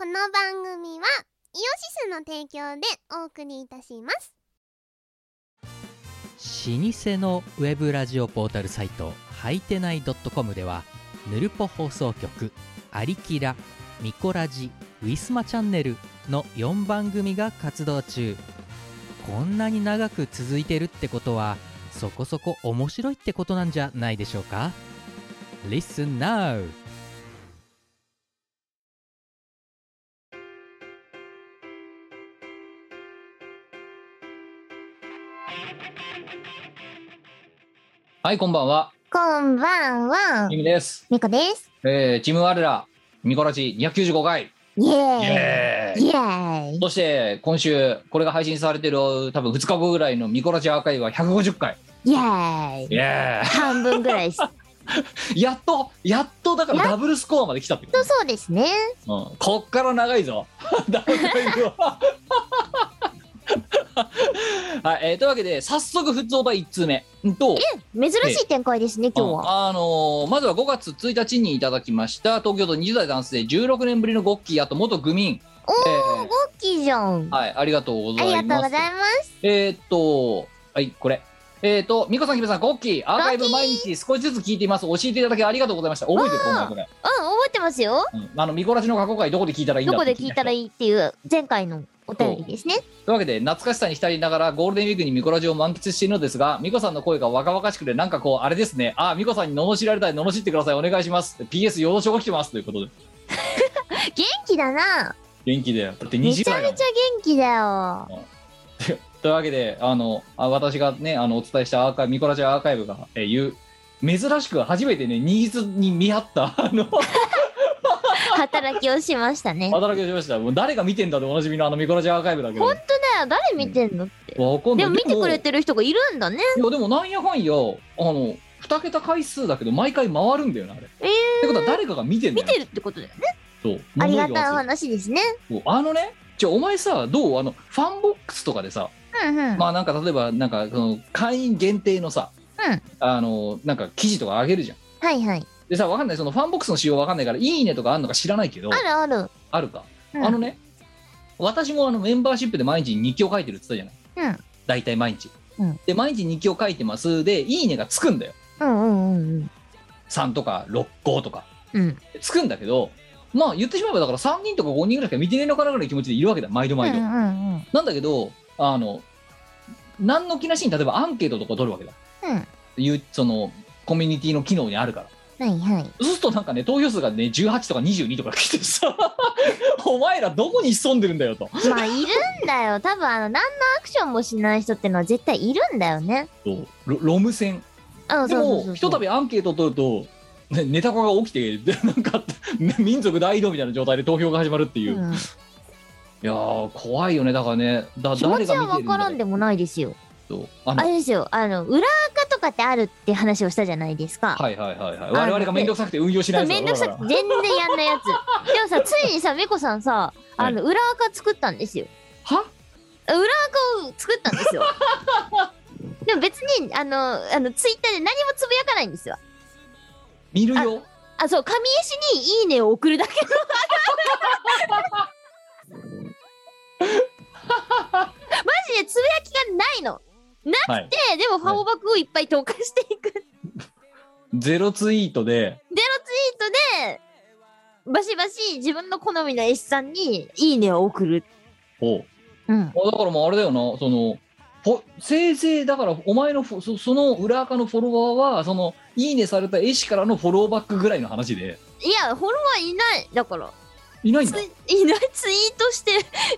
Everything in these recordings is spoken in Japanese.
の番組はイオシスの提供でお送りいたします老舗のウェブラジオポータルサイトはいてない .com ではぬるぽ放送局「アリキラ」「ミコラジ」「ウィスマチャンネル」の4番組が活動中こんなに長く続いてるってことはそこそこ面白いってことなんじゃないでしょうか Listen now! はいこんばんはこんばんはゆみです、みこですえー、チーム我らミコラジ295回イエイーエーイイイエーイそして今週これが配信されてる多分2日後ぐらいのミコラジアーカイブは150回イエーイ半分ぐらいですやっとやっとだからやダブルスコアまで来たってことと、そうですねうん、こっから長いぞ ダブルスコア はい、えーというわけで早速普通お題1通目と、珍しい展開ですね今日はあのーまずは5月1日にいただきました東京都20代男性16年ぶりのゴッキーあと元愚民、おえーーゴッキーじゃんあはい、ありがとうござりがいとうござまいすますえーっと、はい、これ。えーっと、美香さん、キムさん、コッキー、アーカイブ毎日少しずつ聞いています。教えていただきありがとうございました。覚えてるこんなのこれ。うん覚えてますようん、あの、ミコラジの過去回、どこで聞いたらいいんどだこで聞いたらいいいいっていう前回のお便りですねというわけで、懐かしさに浸りながら、ゴールデンウィークにミコラジを満喫しているのですが、ミコさんの声が若々しくて、なんかこう、あれですね。あー、ミコさんに罵られたい、罵ってください。お願いします。PS、よろしく来てます。ということで。元気だな元気で。だって2め時ちゃ間やめもんちゃ元気だよというわけで、あの、あ私がね、あの、お伝えしたアーカイブ、ミコラジアーカイブが、えー、言う、珍しく初めてね、ニーズに見合った、 あの、働きをしました ね働きをしました。もう誰が見てんだっておなじみのあのミコラジアーカイブだけど。本当だよ誰見てんのって、わかんないでも見てくれててる人がいるんだねいや、でもなんやかんや、あの、二桁回数だけど、毎回回るんだよな、あれ。えーってことは誰かが見てんだ見よ。てるってことだよねそう。ありが物たい言おわ話ですねずそうあのね、じゃお前さ、どうあの、ファンボックスとかでさ、うんうんまあなんか例えば、なんか、その、会員限定のさ、うんあの、なんか記事とかあげるじゃん。はいはいでさ、わかんない、そのファンボックスの仕様わかんないから、いいねとかあるのか知らないけど、あるあるあるか。うんあのね、私もあのメンバーシップで毎日日記を書いてるって言ったじゃない。うん大体毎日。うんで、毎日日記を書いてます。で、いいねがつくんだよ。うんうんうんうん3とか6、5とか。うんつくんだけど、まあ言ってしまえばだから3人とか5人ぐらいしか見てねえのかなぐらいの気持ちでいるわけだ、毎度うん毎度。うんうんなんだけど、あの、何の気なしに例えばアンケートとか取るわけだ。うんいう、その、コミュニティの機能にあるから。はいはいそうするとなんかね、投票数がね、18とか22とか来てさ、 お前らどこに潜んでるんだよと。まあいるんだよ多分あの何のアクションもしない人ってのは絶対いるんだよねそうロロム線。あでそうそうそうそも、うひとたびアンケートを取ると、ねネタコが起きて、 でなんか、民族大移動みたいな状態で投票が始まるっていう。いうんやー、怖いよね、だからね、だ気持誰ちはが見て分るんかだらろんうでもないですよと。ああのれですよあの裏垢とかってあるって話をしたじゃないですかはいはいはいはい。我々が面倒くさくて運用しないやつだめんどくさだかくて全然やんないや つでもさついにさめこさんさあの裏垢作ったんですよらは裏垢を作ったんですよ でも別にあのあのツイッターで何もつぶやかないんですよ見るよ。あそう上石に「いいね」を送るだけ のマジでつぶやきがないのはい。ででもファオバクをいっぱい投下していく、ゼロツイートで、ゼロツイートでバシバシ自分の好みの絵師さんに「いいね」を送るおううんあだからもうあれだよな、その、ほせいぜいだから、お前のフォそ、その裏垢のフォロワーは、その、いいねされた絵師からのフォローバックぐらいの話で、いやフォロワーいないだからいないんだつ。いないツイートして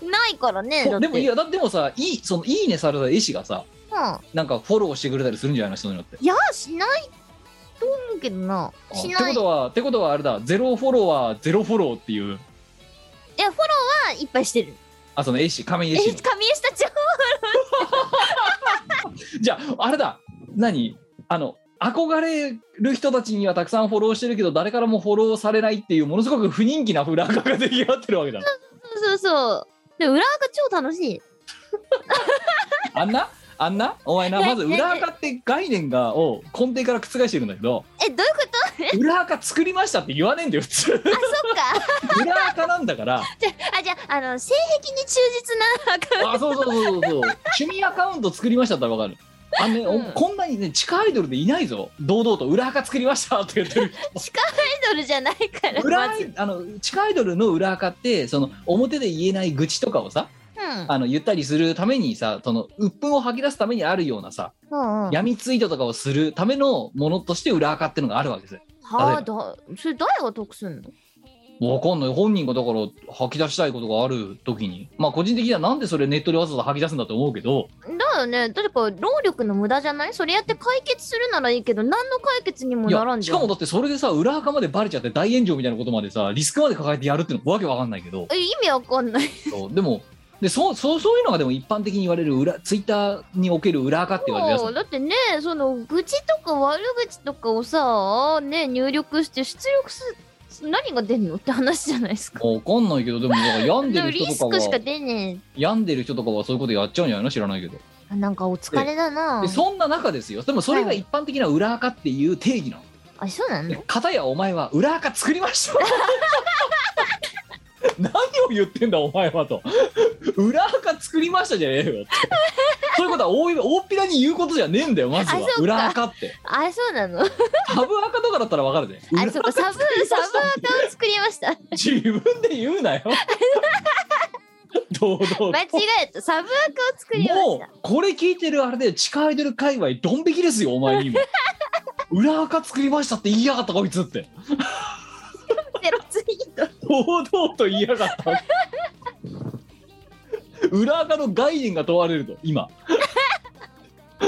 ないからねだほっでても、いや、だってもさ、いい、その、いいねされた絵師がさ、うんなんかフォローしてくれたりするんじゃないの人によって。いやしないと思うけどなあしってないことは、ってことはあれだ、ゼロフォロワー、ゼロフォローっていう、いやフォロワーいっぱいしてるあ、その絵師、仮面え絵師上の石。たちはじゃあ、あれだ、何あの、憧れる人たちにはたくさんフォローしてるけど、誰からもフォローされないっていう、ものすごく不人気な裏垢が出来上がってるわ けだ。そうそうそうで裏垢超楽しいあんなあんなお前なねまず裏垢って概念がを根底から覆してるんだけどえどういうこ裏垢作りましたって言わねえんだよ 普通とあ そっか裏垢なんだからじゃあじゃああの性癖に忠実な アカウンあそうそうそうそうそう趣味アカウント作りましたってわかるあのね、おうんこんなにね地下アイドルでいないぞ堂々と裏垢作りましたって言ってるト地下アイドルじゃないから 裏まずあの地下アイドルの裏垢ってその表で言えない愚痴とかをさうんあの言ったりするためにさその鬱憤を吐き出すためにあるようなさうんうん闇ツイートとかをするためのものとして裏垢っていうのがあるわけですよ。はあだそれ誰が得すんのわかんない本人がだから吐き出したいことがある時にまあ個人的にはなんでそれネットでわざわざ吐き出すんだと思うけどだよね誰か労力の無駄じゃないそれやって解決するならいいけど何の解決にもいならんやじしゃんかもだってそれでさ裏垢までバレちゃって大炎上みたいなことまでさリスクまで抱えてやるっていうのわけわかんないけどえ意味わかんないそうでもでそうそうそういうのがでも一般的に言われる裏ツイッターにおける裏垢って言われるやつもうだってねその愚痴とか悪口とかをさね入力して出力す何が出んのって話じゃないですかわかんないけどでも だから病んででもるリ人スとかクしかは出ね病んでる人とかはそういうことやっちゃうんじゃないの知らないけどえあなんかお疲れだなでそんな中ですよでもそれが一般的な裏垢っていう定義なのあそうなので片やお前は裏垢作りました 何を言ってんだお前はと裏垢作りましたじゃねえよってそういうことは大い大っぴらに言うことじゃねえんだよまずはあそうか裏垢ってあそうなのあタブ垢とかだったらわかるで裏そうかサブサブアカウント作りました自分で言 うなよ堂々と間違えたサブアカを作りましもたうこれ聞いてるあれで地下アイドル界隈ドン引きですよお前 にも裏垢作りましたって言いやがったこいつってゼロツイート堂々と言いやがった裏垢の概念が問われると今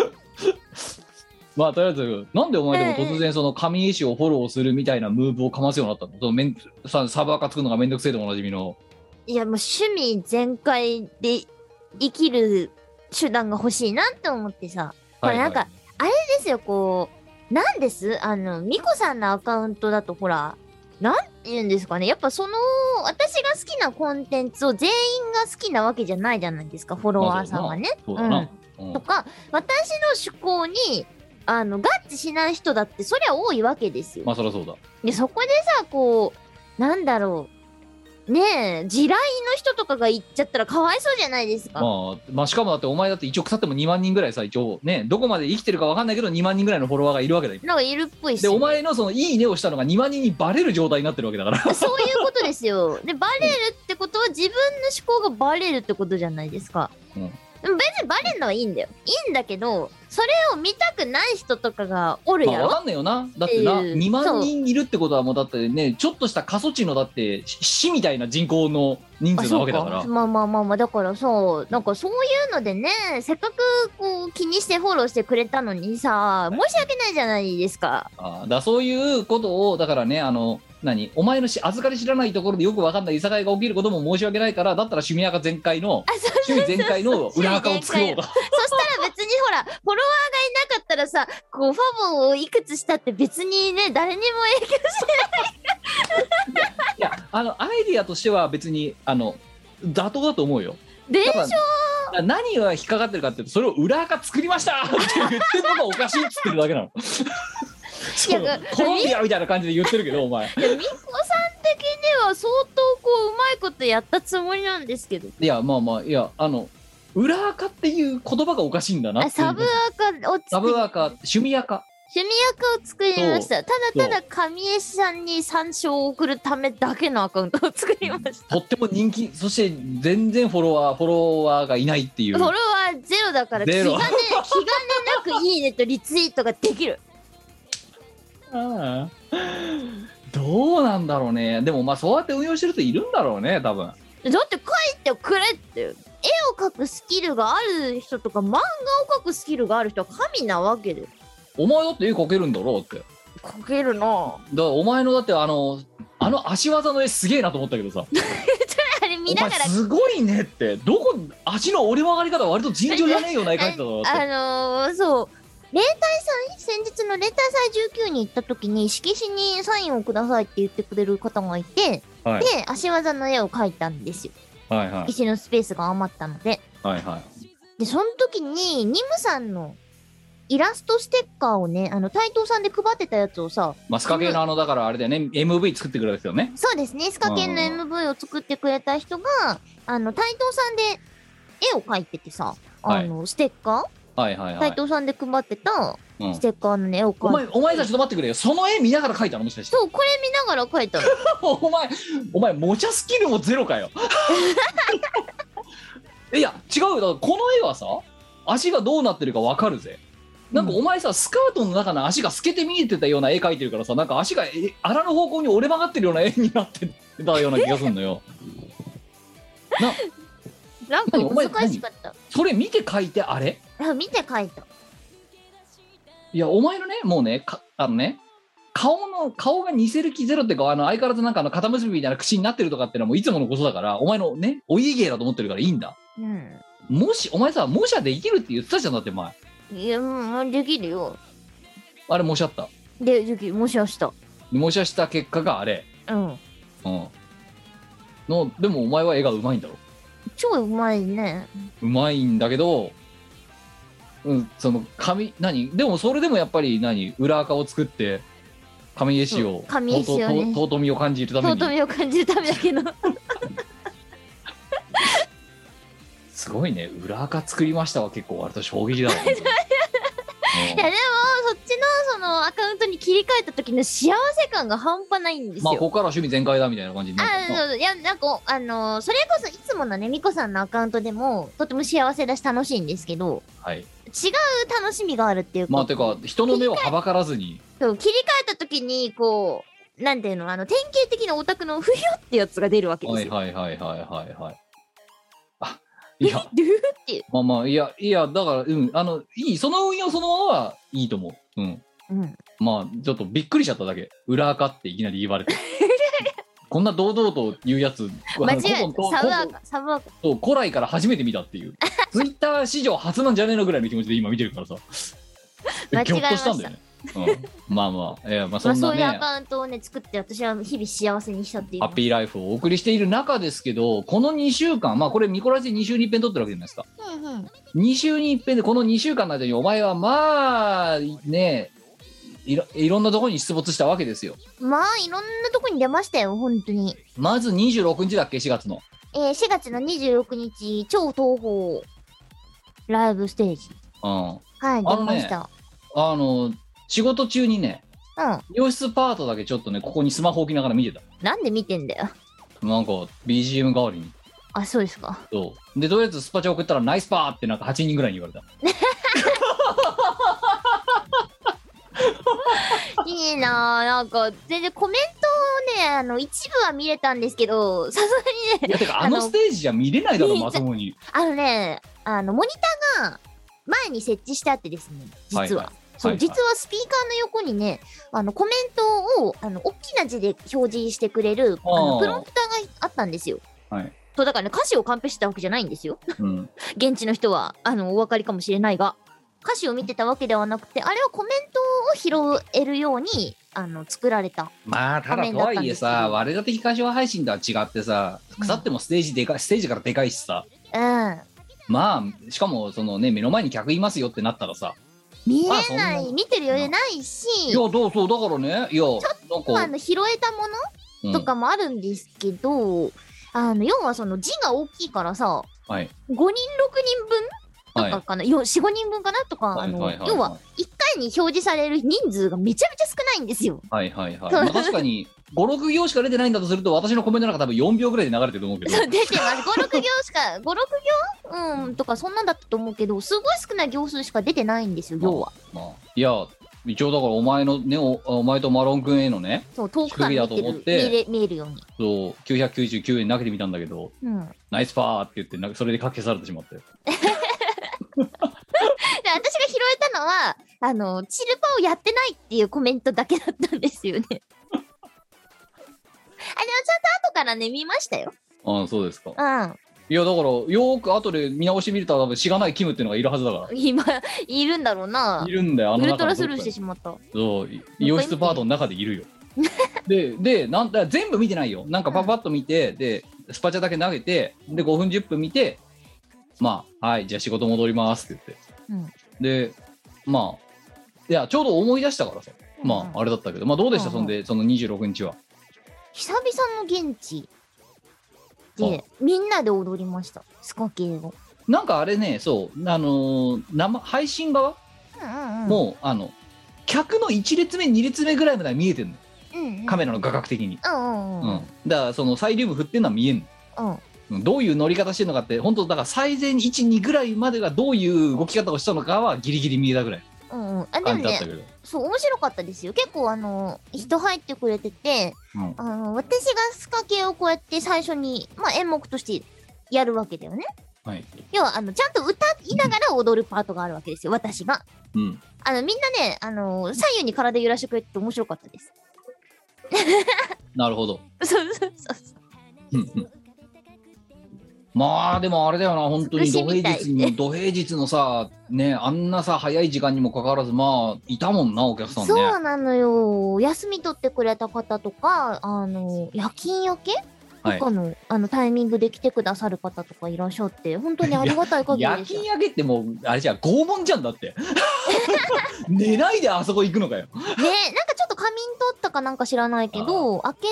まあとりあえずなんでお前でも突然その神絵師をフォローするみたいなムーブをかますようになったのそのめんさサブアカ作るのがめんどくせえでおなじみのいやもう趣味全開で生きる手段が欲しいなって思ってさこれなんかですよこうなんですあのミコさんのアカウントだとほらなんて言うんですかねやっぱその私が好きなコンテンツを全員が好きなわけじゃないじゃないですかフォロワーさんはね。そうだな、うんとか私の趣向にあの合致しない人だってそりゃ多いわけですよ。まあそりゃそうだでそこでさこうなんだろうねえ地雷の人とかが言っちゃったらかわいそうじゃないですか。まあ、まあしかもだってお前だって一応腐っても2万人ぐらいさ一応ねどこまで生きてるかわかんないけど2万人ぐらいのフォロワーがいるわ けだよなんかいるっぽいしでお前のその「いいね」をしたのが2万人にバレる状態になってるわけだからそういうことですよ。でバレるってことは自分の思考がバレるってことじゃないですか。うんでも別にバレるのはいいんだよ。いいんだけどそれを見たくない人とかがおるまあやわろ。かんないよなだってなっていう2万人いるってことはもうだってねちょっとした過疎地のだって市みたいな人口の人あ数なそわうけだからかまあまあまあまあだからそうなんかそういうのでねせっかくこう気にしてフォローしてくれたのにさ申し訳ないじゃないですか。あーだからそういうことをだからねあの何お前のし預かり知らないところでよくわかんないいさかいが起きることも申し訳ないからだったら趣味垢全開のあそう 趣味全開の裏垢を作ろうとそしたら別にほら、フォロワーがいなかったらさ、こう、ファボをいくつしたって別にね、誰にも影響していやあのアイディアとしては別にあの妥当だと思うよ。ない。でだから何が引っかかってるかっていうとそれを裏垢作りましたって言ってるのがおかしいっつってるだけなの。そういやコロンビアみたいな感じで言ってるけどお前。で、みこさん的には相当こう、うまいことやったつもりなんですけど。いやまあまあいやあの裏垢っていう言葉がおかしいんだなあっていうサブアカをサ作り、ブ垢趣味垢趣味アカを作りました。ただただ神江さんに参照を送るためだけのアカウントを作りました。とっても人気そして全然フォロワーフォロワーがいないってい うフォロワーゼロだから気ゼ兼ねロ、気兼ねなくいいねとリツイートができる。ああどうなんだろうねでもまあそうやって運用してる人いるんだろうね多分だって書いてくれって絵を描くスキルがある人とか漫画を描くスキルがある人は神なわけでお前だって絵描けるんだろうって描けるなだからお前のだってあのあの足技の絵すげえなと思ったけどさ あれ見ながらお前すごいねってどこ足の折れ曲がり方割と尋常じゃねえよな絵描いてたのだってああのー、そう例大祭先日の例大祭19に行った時に色紙にサインをくださいって言ってくれる方がいて、はいで足技の絵を描いたんですよはいはい石のスペースが余ったのではいはで、その時に、ニムさんのイラストステッカーをね、あの、斎藤さんで配ってたやつをさ、まあ、スカ系のあのだからあれだよね MV 作ってくれたですよねそうですね、スカケンのあ MV を作ってくれた人が、あの、斎藤さんで絵を描いててさ、あの、ステッカはいはーいは斎い、藤さんで配ってたうんステッカーのね、絵をお描い前て。お前さちょっと待ってくれよその絵見ながら描いたのもしかしてそう、これ見ながら描い たの。 お前お前もちゃスキルもゼロかよ いや違うよだからこの絵はさ足がどうなってるかわかるぜなんかお前さ、スカートの中の足が透けて見えてたような絵描いてるからさなんか足がえ穴の方向に折れ曲がってるような絵になってたような気がするのよななんか何お前難しかった。それ見て描いてあれあ見て描いた。いやお前のねもうねかあのね顔の顔が似せる気ゼロっていうかあの相変わらずなんかあの片結びみたいな口になってるとかってのはもういつものことだからお前のねお家芸だと思ってるからいいんだうん。もし、お前さ、模写できるって言ってたじゃん、だって前。いや、うん、できるよ。あれ、模写った。で、できる、もしもした。模写した結果があれ。うん。うん。の、でもお前は絵がうまいんだろ。超うまいね。うまいんだけど、うん、その、紙、何でもそれでもやっぱり何、裏垢を作って、紙絵師うをん、紙絵師をねととと尊みを感じるために。尊みを感じるためだけ の。すごいね、裏垢作りましたは結構割と衝 撃だわ。本当にいやでもそっちのそのアカウントに切り替えた時の幸せ感が半端ないんでうんすまあ、こよ。こから趣味全開だみたいな感じになあるからなそうそういやなんかあのーそれこそいつものねみこさんのアカウントでもとても幸せだし楽しいんですけどはい。違う楽しみがあるっていうか,、まあ、てか、人の目をはばからずに、そう切り替えた時にこうなんていうのあの典型的なオタクの不評ってやつが出るわけではすいよ。、はいはいはいはいはい。あいや ドゥフっていう。まあまあ、いや、いや、だから、うん、あの、いい、その運用そのままはいいと思う。うん。うん、まあ、ちょっとびっくりしちゃっただけ。裏垢っていきなり 言われて。こんな堂々と言うやつ、間違えあの古た。サブア今カ、サブアカ。そう古来から初めて見たっていう。ツイッター史上初なんじゃねえのぐらいの気持ちで今見てるからさ。 間違えましたぎょっとしたんだよね。うん、まあまあ、ええまあそまあ、んなそうね。いうアカウントをね、作って、私は日々幸せにしたっていう。ハッピーライフをお送りしている中ですけど、この2週間、まあこれ、ミコラジ2週に一遍撮ってるわけじゃないですか。うんうん。 2週に一遍で、この2週間の間に、お前はまあ、ねいろ、いろんなところに出没したわけですよ。まあ、いろんなとこに出ましたよ、本当に。まず26日だっけ、4月の。えー、4月の26日、超東宝ライブステージ。うん。はい、あ出のまねした。あの、仕事中にね、うん。洋室パートだけちょっとね、ここにスマホ置きながら見てた。なんで見てんだよ。なんか、BGM 代わりに。あ、そうです か。そう。で、とりあえずスパチャ送ったら、ナイスパーってなんか8人ぐらいに言われた。いいなぁ、なんか、全然コメントをね、あの、一部は見れたんですけど、さすがにいね、や、てか、あのステージじゃ見れないだろ、まともに。あのね、あの、モニターが前に設置してあってですね、実は。いいそう、はいはい実はスピーカーの横にね、あの、コメントを、あの、大きな字で表示してくれる、ああの、ープロンプターがあったんですよ。はい。そう、だからね、歌詞を完璧してたわけじゃないんですよ。うん。現地の人は、あの、お分かりかもしれないが、歌詞を見てたわけではなくて、あれはコメントを拾えるように、あの、作られた。まあた仮面だとだったはんですいけえどさ我々的歌唱配信とは違ってさうん腐ってもステージでかいステージからでかいしさうん。まあしかもそのね目の前に客いますよってなったらさ見あれそんな、ない見てる余裕ないし、いやどうそうだからねいやなんまああかの、拾えたもうのんとかもあるんですけど、あの、要はその字が大きいからさ、はい5人、6人分はいとかかな、よ45人分かなとか、はいあのはいはいはい要は1回に表示される人数がめちゃめちゃ少ないんです よ。はいはいはいそまうあ確かに56行しか出てないんだとすると私のコメントなんか多分4秒ぐらいで流れてると思うけどそう出てます56行しか56行うんとかそんなんだったと思うけどすごい少ない行数しか出てないんですよ要は。まあいや一応だからお前のねおお前とマロン君へのねそう遠くから見て低いなとる思って見れ見えるように。そう999円投げてみたんだけどうん、でナイスパーって言ってなんかそれでかけされてしまって私が拾えたのはあのチルパをやってないっていうコメントだけだったんですよね。あ でもちゃんと後からね見ましたよ。ああそうですかうん。いやだからよーく後で見直してみると多分しがないキムっていうのがいるはずだから。今いるんだろうないるんだよあウのルト中のラどスっルかーにしてしまった。そうい洋室パートの中でいる よででなんだ全部見てないよなんかパパッと見てでスパチャだけ投げてで5分10分見てまあはいじゃあ仕事戻りますって言って、でまあいやちょうど思い出したからさまああれだったけどまあどうでした、うんそんでその26日は久々の現地うんで、みんなで踊りました。スカ系を。なんかあれねそうあのー生配信側ももうあの客の1列目2列目ぐらいまでは見えてんのうん、カメラの画角的に、うんうんううんんうんだからそのサイリウム振ってんのは見えんのうんうんどういう乗り方してるのかって本当だから最前12ぐらいまでがどういう動き方をしたのかはギリギリ見えたぐらいうんうんあでのも感じだったねけど、そう面白かったですよ結構あの人入ってくれててうんあの私がスカ系をこうやって最初に、まあ、演目としてやるわけだよねはい要はあのちゃんと歌いながら踊るパートがあるわけですよ私がうん、あのみんなねあの左右に体揺らしてくれてて面白かったですなるほどそうそうそうそううんうんまあでもあれだよな本当に美しい土みた平い日に土平日のさねあんなさ早い時間にもかかわらずまあいたもんなお客さんねそうなのよ。お休み取ってくれた方とか、あの、夜勤明けはいとかの、あの、タイミングで来てくださる方とかいらっしゃって、本当にありがたい限り夜です勤よ。明けってもうあれじゃん拷問じゃんだって 寝ないであそこ行くのかよね、なんかちょっと仮眠取ったかなんか知らないけど、明け、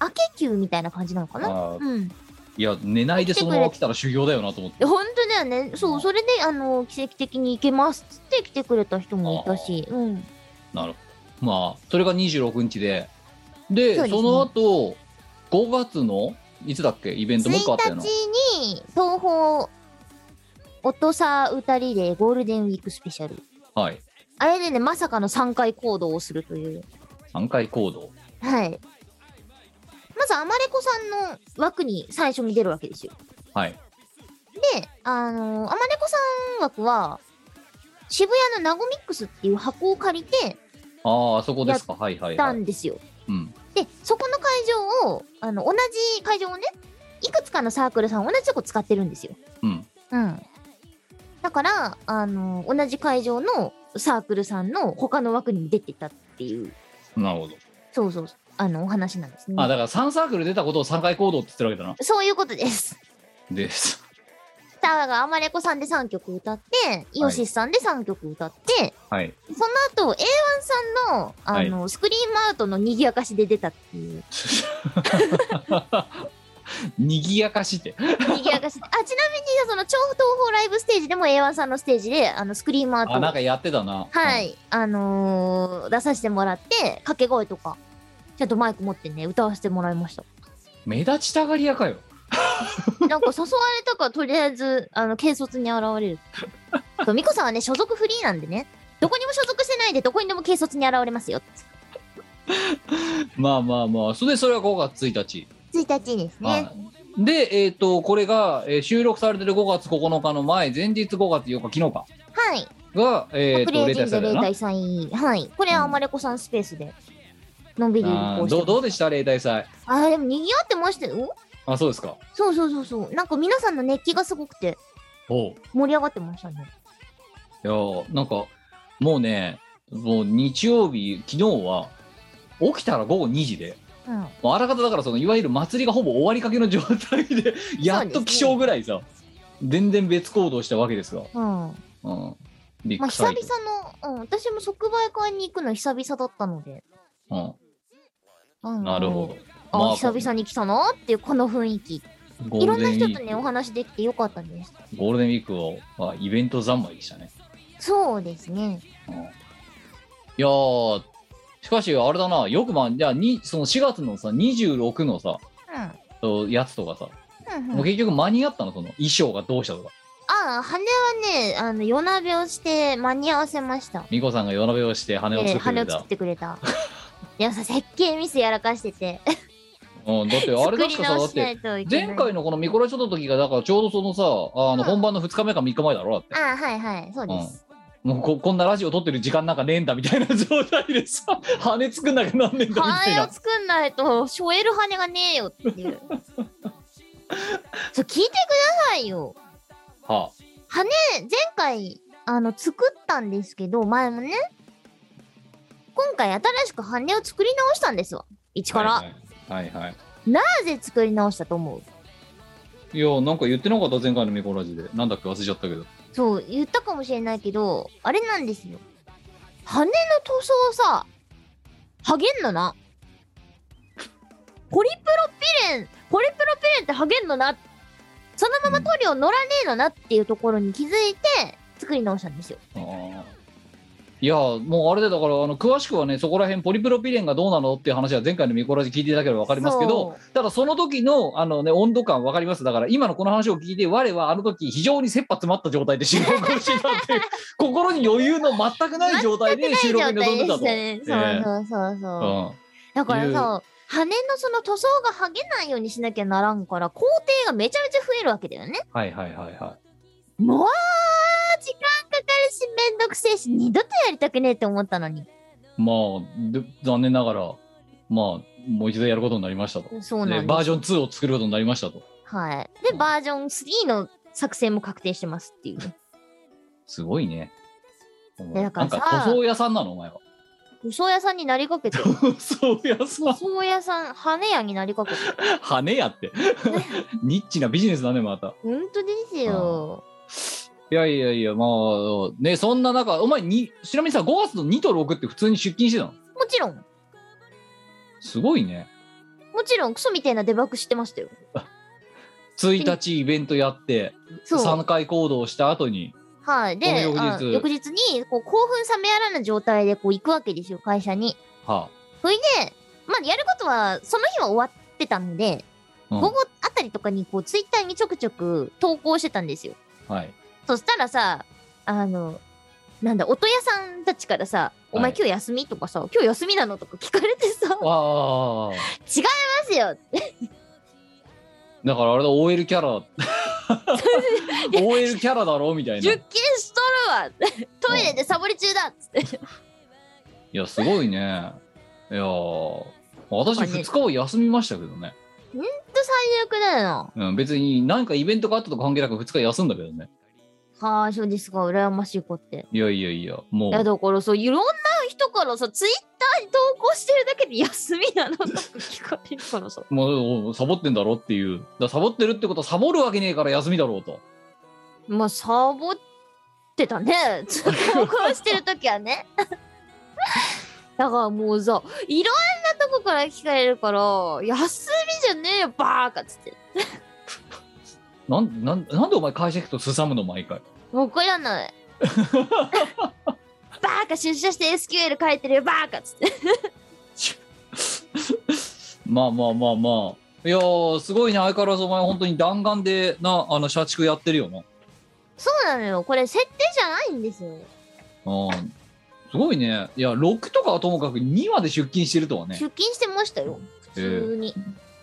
明け休みたいな感じなのかなあーうん。いや寝ないでそのまま来たら修行だよなと思ってで本当だよね。そう、それで、あの、奇跡的に行けますっつって来てくれた人もいたし、うん。なるほどまあそれが26日ででそうでそすねの後5月のいつだっけイベント1もう一個あったよ日なに、東宝、おとさ歌リレーゴールデンウィークスペシャル。はいあれでね、まさかの3回行動をするという。 3回行動はい。まず、アマレコさんの枠に最初に出るわけですよ。はいで、あのーアマレコさん枠は、渋谷のナゴミックスっていう箱を借りてあああそこですかはいはいたはいんですよ。うんで、そこの会場を、あの、同じ会場をね、いくつかのサークルさん同じとこ使ってるんですよ。うんうん。だから、あのー同じ会場のサークルさんの他の枠にも出てたっていう、なるほどそうそうそう、あの、お話なんですね。あだから3サークル出たことを3回行動って言ってるわけだなそういうことです。ですだから、アマレコさんで3曲歌って、イオシスさんで3曲歌って、はいその後、A1 さんの、あの、スクリームアウトの賑やかしで出たっていう。にぎやかして賑やかしで。あ、ちなみに、その、超東宝ライブステージでも A1 さんのステージで、あの、スクリームアウトあなんかやってたなはうんい、あのー出させてもらって、掛け声とか、ちゃんとマイク持ってね、歌わせてもらいました。目立ちたがり屋かよなんか誘われたから、とりあえず、あの、軽率に現れる。そうミコさんはね、所属フリーなんでね、どこにも所属してないで、どこにでも軽率に現れますよ。まあまあまあそれでそれは5月1日1日ですねは。いで、えっとこれが、えー収録されてる5月9日の前前日5月4日昨日かはい。が、えー、隠とれ神例大社祭だ例よな大祭。はい。これはアマレコさんスペースで、のんびりあこーしてどまうすどうでした例大祭あーでも賑わってましたよ。あそうですかそうそうそうそう。なんか皆さんの熱気がすごくて、おうい盛り上がってましたね。やーなんかもうねもう日曜日昨日は起きたら午後2時でうん。もうあらかただからそのいわゆる祭りがほぼ終わりかけの状態 でやっと起床ぐらいさ、全然別行動したわけですが、うん。うん、ビッまあ、久グサ々イトの、うん、私も即売会に行くの久々だったので。あうのん、なるほど、あ、久々に来たなっていうこの雰囲気。ゴいーろルんなデンウ人ィとね、ーお話できてよかったです。クゴールデンウィークを、まあ、イベント三昧でしたねそうですね。いやーしかしあれだなよくまあじゃあにその4月のさ26のさそうやつとかさ、うん。うんもう、うん結局間に合ったのその衣装がどうしたとかああ、羽はね、あの、夜鍋をして間に合わせました。美子さんが夜鍋をして羽をえー作ってく羽れをた、作ってくれた。 いやさ、設計ミスやらかしてて。うん、だってあれ作確りかさだ直っしなていといけない。前回のこのミコラチョの時がだからちょうどそのさあうんの本番の2日目か3日前だろだってああ、はいはい、そうです。もうここんなラジオ撮ってる時間なんかねえんだみたいな状態でさ羽作んなきゃなんねえんだみた羽いなを作んないと、しょえる羽がねえよっていう。そう、聞いてくださいよ。はで前回、あの、作ったんですけど、前もね。今回新しく羽を作り直したんですわ。一あから。はいはいはいはいなぜ作り直したと思ういやなんか言ってなかった前回のミコラジでなんだっけ忘れちゃったけどそう、言ったかもしれないけど、あれなんですよ。羽の塗装をさ、ハゲんのな。ホリプロピレン、ホリプロピレンってハゲんのな。そのまま塗料乗らねえのなっていうところに気づいて、作り直したんですよ。あーいやもうあれでだからあの詳しくはねそこら辺ポリプロピレンがどうなのっていう話は前回のミコラジ聞いていただければ分かりますけどただその時のあの、ね、温度感分かりますだから今のこの話を聞いて我はあの時非常に切羽詰まった状態で収録をしていたっていう心に余裕の全くない状態で収録に臨んでたと。ね。そうそうそうそう。うんだからいうさ、羽のその塗装が剥げないようにしなきゃならんから、工程がめちゃめちゃ増えるわけだよね。はいはいはいはもう、時間かかるし、めんどくせえし、二度とやりたくねえって思ったのに。い。まあで残念ながらまあもう一度やることになりましたと。そうでなんです。バージョン2を作ることになりましたと。はい。で、バージョン3の作戦も確定してますっていう。すごいね。うんやなだんからかさ塗装屋さんなのお前 は。塗装屋さんになりかけて、塗塗装屋さん装屋さん、羽屋になりかけて。羽屋って ニッチなビジネスだねまたほんとですよ。いやいやいやまあねそんな中お前にちなみにさ5月の2と6って普通に出勤してたのもちろん、すごいねもちろん、クソみたいなデバッグしてましたよ。 1日イベントやってそう。 3回行動した後にはい。で、この翌日あ翌日に、こう、興奮冷めやらぬ状態で、こう、行くわけですよ、会社に。はそれで、まあ、やることは、その日は終わってたんで、あ、うん午後あたりとかに、こう、ツイッターにちょくちょく投稿してたんですよ。はいそしたらさ、あの、なんだ、音屋さんたちからさ、お前はい今日休みとかさ、今日休みなのとか聞かれて さ、まああすよ。だからあれだ OL キャラ OL キャラだろみたいな出い勤し とるわトイレでサボり中だっつって。やすごいねいやー私なんかね2日は休みましたけどね、ほんと最悪だようん、別に何かイベントがあったとか関係なく2日休んだけどねな。はあ、そうですか、羨ましい子って。いやいやいやもいうや、だからそう、いろんな人からさ、ツイッターに投稿してるだけで休みなのとか聞かれるからさ。もうサボってんだろっていうだからサボってるってことはサボるわけねえから休みだろうとまあ、サボってた ね。通を殺してる時はね。だからもうさ、いろんなとこから聞かれるから、休みじゃねえよ、バーカっつって。なんなんなんでお前会社行くとすさむの毎回もうこら ない。バーカ出社して SQL 書いてるよ、バーカっつって。まあまあまあまあいやーすごいね相変わらずお前本当に弾丸でなあの社畜やってるよなそうなのよ、これ設定じゃないんですよ。うんすごいねいや6とかはともかく2まで出勤してるとはね出勤してましたよ、普通に。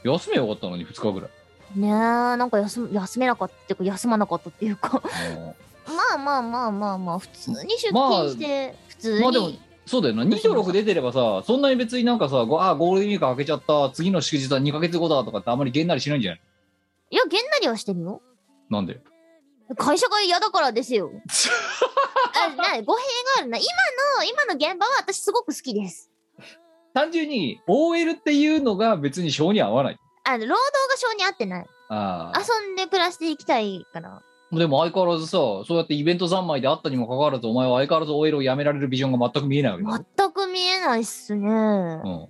休めばよかったのに2日ぐらいねえ、なんか休む休めなかったっていうか、休まなかったっていうか。うんまあまあまあまあまあ、普通に出勤して、普通に。まあでもそうだよな2と6出てればさそんなに別になんかさごあーゴールデンウィーク明けちゃった次の祝日は2ヶ月後だとかってあんまりげんなりしないんじゃないいや、げんなりはしてるよ。なんで会社が嫌だからです よ。あ、な、語弊があるな。今の、今の現場は私すごく好きです。単純に OL っていうのが別に性に合わない。あの、労働が性に合ってない。ああ遊んで暮らしていきたいから。でも相変わらずさ、そうやってイベント三昧であったにもかかわらず、お前は相変わらず OL をやめられるビジョンが全く見えないわけだ。全く見えないっすね。うん、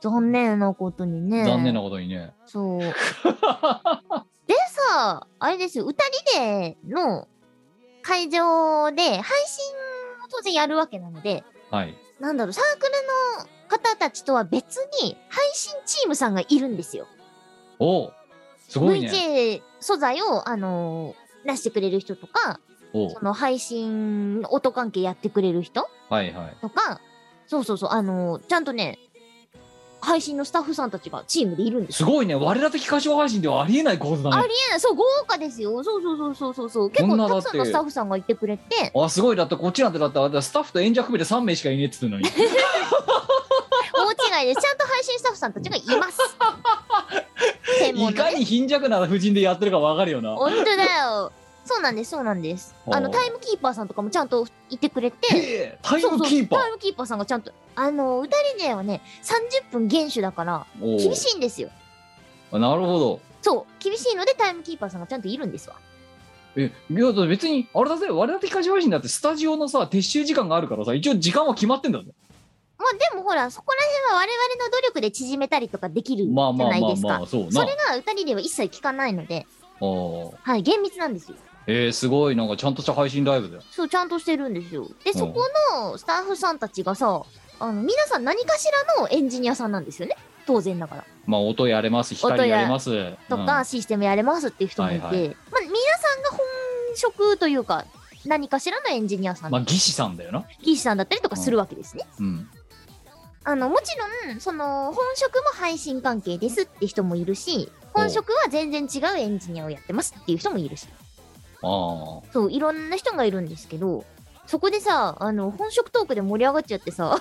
残念なことにね。残念なことにね。そう。でさ、あれですよ、歌リレーの会場で配信を当然やるわけなので、はい。なんだろう、サークルの方たちとは別に配信チームさんがいるんですよ。おうすごいね。 VJ 素材を、あのー出してくれる人とか、おうその配信、音関係やってくれる人はいはい。とか、そうそうそう、あのーちゃんとね、配信のスタッフさんたちがチームでいるんですすよ。ごいね。我ら的歌唱配信ではありえない構図だあね。りえない、そう、豪華ですよ。そうそうそうそうそうそう。結こ構んなただくってさんのスタッフさんがいてくれて、あ、すごい。だってこっちなんてだってあれだ、スタッフと演者含めて3名しかいねえっつってんのに。大違いです。ちゃんと配信スタッフさんたちがい ます。専門いのかね。に貧弱な婦人でやってるかわかる よな。本当だよ。そうなんです、そうなんです。おーあの、タイムキーパーさんとかもちゃんといてくれへて、えタイそうムそうキーパータイムキーパーさんがちゃんと、あの、歌リレーはね、30分厳守だから、おう厳しいんですよ。あなるほど。そう、厳しいのでタイムキーパーさんがちゃんといるんですわ。えいやだって別にあれだぜ我々東配信だってスタジオのさ撤収時間があるからさ一応時間は決まってんだぜまあでもほら、そこら辺は我々の努力で縮めたりとかできるじまあゃまあないまあですまかあ。そうそなれが歌にでは一切聞かないので、あーはい、厳密なんですよ。えー、すごいなんかちゃんとした配信ライブだよそう、ちゃんとしてるんですよ。で、んそこのスタッフさんたちがさ、あの、皆さん何かしらのエンジニアさんなんですよね。当然ながら。まあ音やれます音光ややれますとうんか、システムやれますっていう人もいて、はいはいまあ、皆さんが本職というか、何かしらのエンジニアさん、まあ技師さんだよな技師さんだったりとかするわけですね。うんあの、もちろん、その、本職も配信関係ですって人もいるし、本職は全然違うエンジニアをやってますっていう人もいるし、あそう、いろんな人がいるんですけど、そこでさ、あの、本職トークで盛り上がっちゃってさ、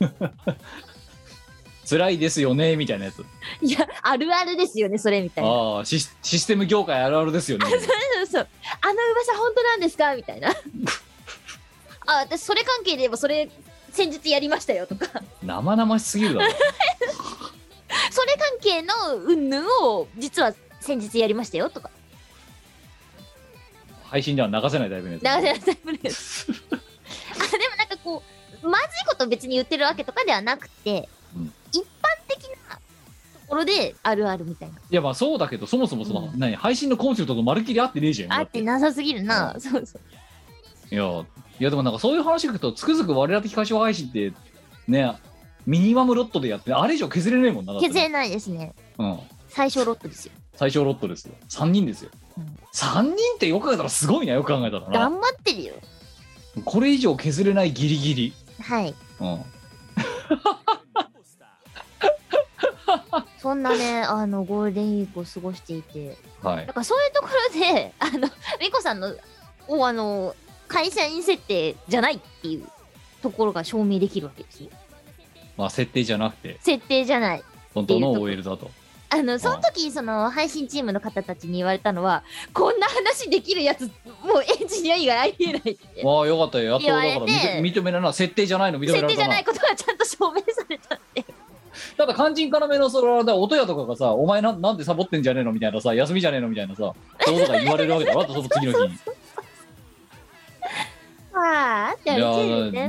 あ辛いですよねみたいなやついや、あるあるですよね、それみたいな。ああシスシステム業界あるあるですよね そうそう。あの噂本当なんですかみたいな。あ、私それ関係で言えばそれ先日やりましたよとか、 生々しすぎるだろそれ関係の云々を実は先日やりましたよと か、配信では流せないタイプのやつ流せなさいプレス。あ、でもなんかこう、まずいこと別に言ってるわけとかではなくて、うん一般的なところであるあるみたいな。いやまあそうだけどそもそもその、う何配信のコンセプトとまるっきり合ってねえじゃんあってなさすぎるな。そうそう。いやいやでもなんかそういう話聞くとつくづく我々的歌唱配信ってねミニマムロットでやってあれ以上削れねえもんなだって削ねれないですね。うん、最小ロットですよ。最小ロットですよ3人ですよ、うん三3人ってよく考えたらすごいなよく考えたらな頑張ってるよ。これ以上削れないギリギリ、はい。うん、そんなね、あの、ゴールデンウィークを過ごしていて、はいだからそういうところで、あ の、みこさんの、お、あの、会社員設定じゃないっていうところが証明できるわけですよ。まあ設定じゃなくて設定じゃない。本当の OL だとあの、その時、その、配信チームの方たちに言われたのは、こんな話できるやつ、もうエンジニア以外ありえないって。わあよかったよやっとだから言われて認認められな設定じゃないの認め設られ定じたゃなないことがちゃんと証明されたって。ただ肝心要のそれはだ音屋とかがさお前ななんでサボってんじゃねえのみたいなさ休みじゃねえのみたいなさそうとか言われるわけ だろあとその次の日にああ、っていあやれてるよーね。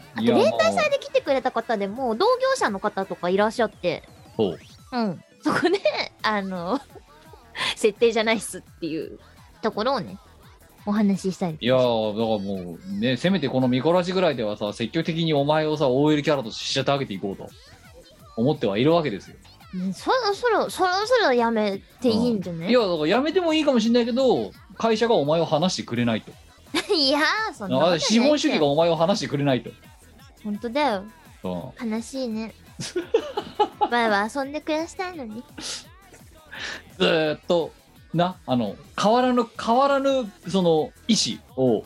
あえと、いや連帯祭で来てくれた方でも、同業者の方とかいらっしゃって、そううん、そこで、あの、 設定じゃないっすっていうところをね、お話ししたい。いやーだからもうねせめてこのミコラジぐらいではさ積極的にお前をさ OL キャラとして仕立て上げていこうと思ってはいるわけですよねそろそろ、そろそろやめていいんじゃないいやだからやめてもいいかもしれないけど会社がお前を話してくれないと いやー、そんなことあない資本主義がお前を話してくれないと、本当だよ。うん、悲しい ね。前は遊んで暮らしたいのに。ずーっとなあの変わらぬ変わらぬその意思を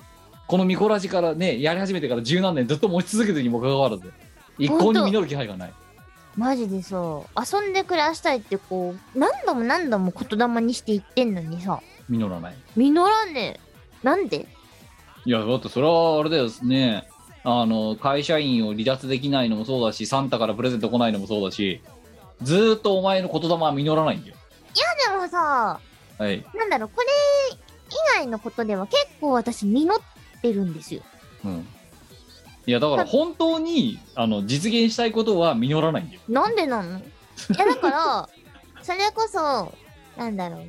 このミコラジからねやり始めてから十何年ずっと持ち続けてるにもかかわらず一向に実る気配がないマジでさ、遊んで暮らしたいってこう、何度も何度も言霊にして言ってんのにさ、実らない実らねえ。なんでいやだってそれはあれだよねあの会社員を離脱できないのもそうだしサンタからプレゼント来ないのもそうだしずーっとお前の言霊は実らないんだよでもさ、はいなんだろう、これ以外のことでは結構私実ってるんですよ。うんいやだから本当にあの実現したいことは実らないんだよなんでなのいや、だから、それこそ、なんだろう。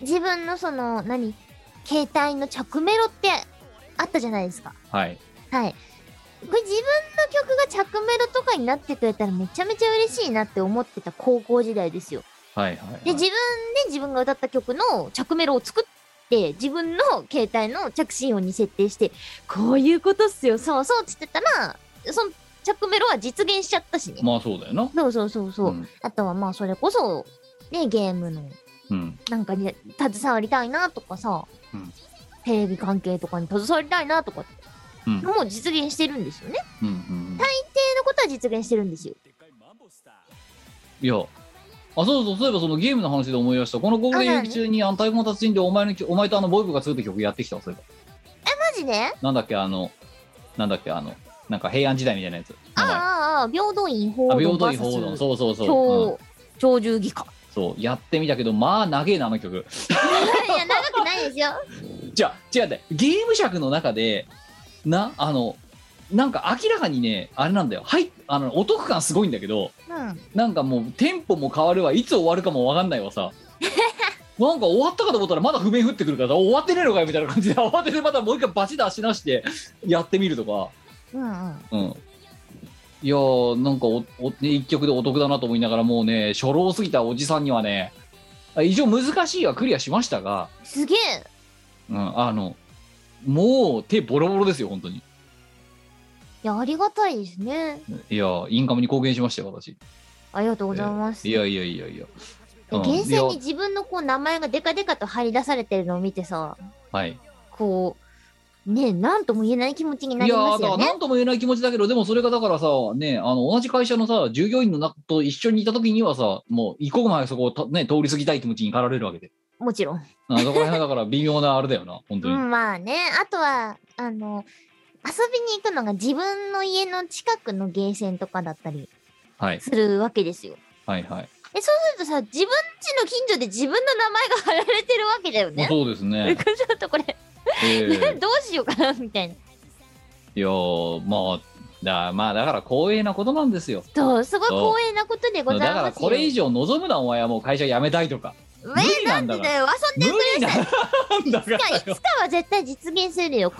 自分のその、何携帯の着メロってあったじゃないですか。はいはい。これ自分の曲が着メロとかになってくれたらめちゃめちゃ嬉しいなって思ってた高校時代ですよ。はいはい、はい、で、自分で自分が歌った曲の着メロを作って、自分の携帯の着信音に設定して、こういうことっすよ、そうそうっつってたら、その着メロは実現しちゃったしね。まあそうだよなそうそうそうそう。んあとはまあ、それこそ、ね、ゲームのうんなんかに携わりたいなとかさ、うんテレビ関係とかに携わりたいなとか、うんもう実現してるんですよね。うんうんうん家のことは実現してるんですよ。いやあそうそうそういえばそのゲームの話で思い出したこのゴールデンウィーク中にあの太鼓の達人でお前の曲お前とあのボイブが作った曲やってきたわそういえマジでばなんだっけあのなんだっけあのなんか平安時代みたいなやつああ名前ああああ、平等院報あ道平等院報道そうそうそう、うん超、鳥獣技科。そうやってみたけどまあ長えなあの曲いや、長くないですよ。じゃあ違うんだよゲーム尺の中でなあのなんか明らかにねあれなんだよはいあのお得感すごいんだけどうん。なんかもうテンポも変わるわいつ終わるかもわかんないわさなんか終わったかと思ったらまだ譜面降ってくるから終わってねえのかよみたいな感じで慌ててまたもう一回バチ出しなしてやってみるとかうんうん。うんいやーなんかおおね一曲でお得だなと思いながらもうね初老すぎたおじさんにはねあ以上難しいはクリアしましたがすげえ。うん、あの、もう手ボロボロですよ、本当に。いや、ありがたいですね。いや、インカムに貢献しましたよ、私。ありがとうございます。いやいやいやいや。うん厳いや選に自分のこう名前がデカデカと張り出されてるのを見てさ、はい。こう、ねえ、なんとも言えない気持ちにないりやまーすだかよらね。なんとも言えない気持ちだけど、でもそれがだからさ、ね、あの、同じ会社のさ、従業員のなと一緒にいた時にはさ、もう一刻も早くそこをたね、通り過ぎたい気持ちに駆られるわけで。もちろん。あそこら辺だから微妙なあれだよ な、本当うに。ん、まあね。あとは、あの、遊びに行くのが自分の家の近くのゲーセンとかだったりはい、するわけですよ。はい、はい。え、そうするとさ、自分家の近所で自分の名前が貼られてるわけだよね。そうで すね。ちょっとこれ、え ーどうしようかな、みたいな。いやーまあ、だまあ、だから光栄なことなんですよ。そう、すごい光栄なことでござだいかまらすこよ。れ以上望むな、お前はもう会社辞めたい とか。無無理なんだでかだら。よ、遊ん無でく理だなさい。んだからいやいよつ。かは絶対実現するよ。言霊は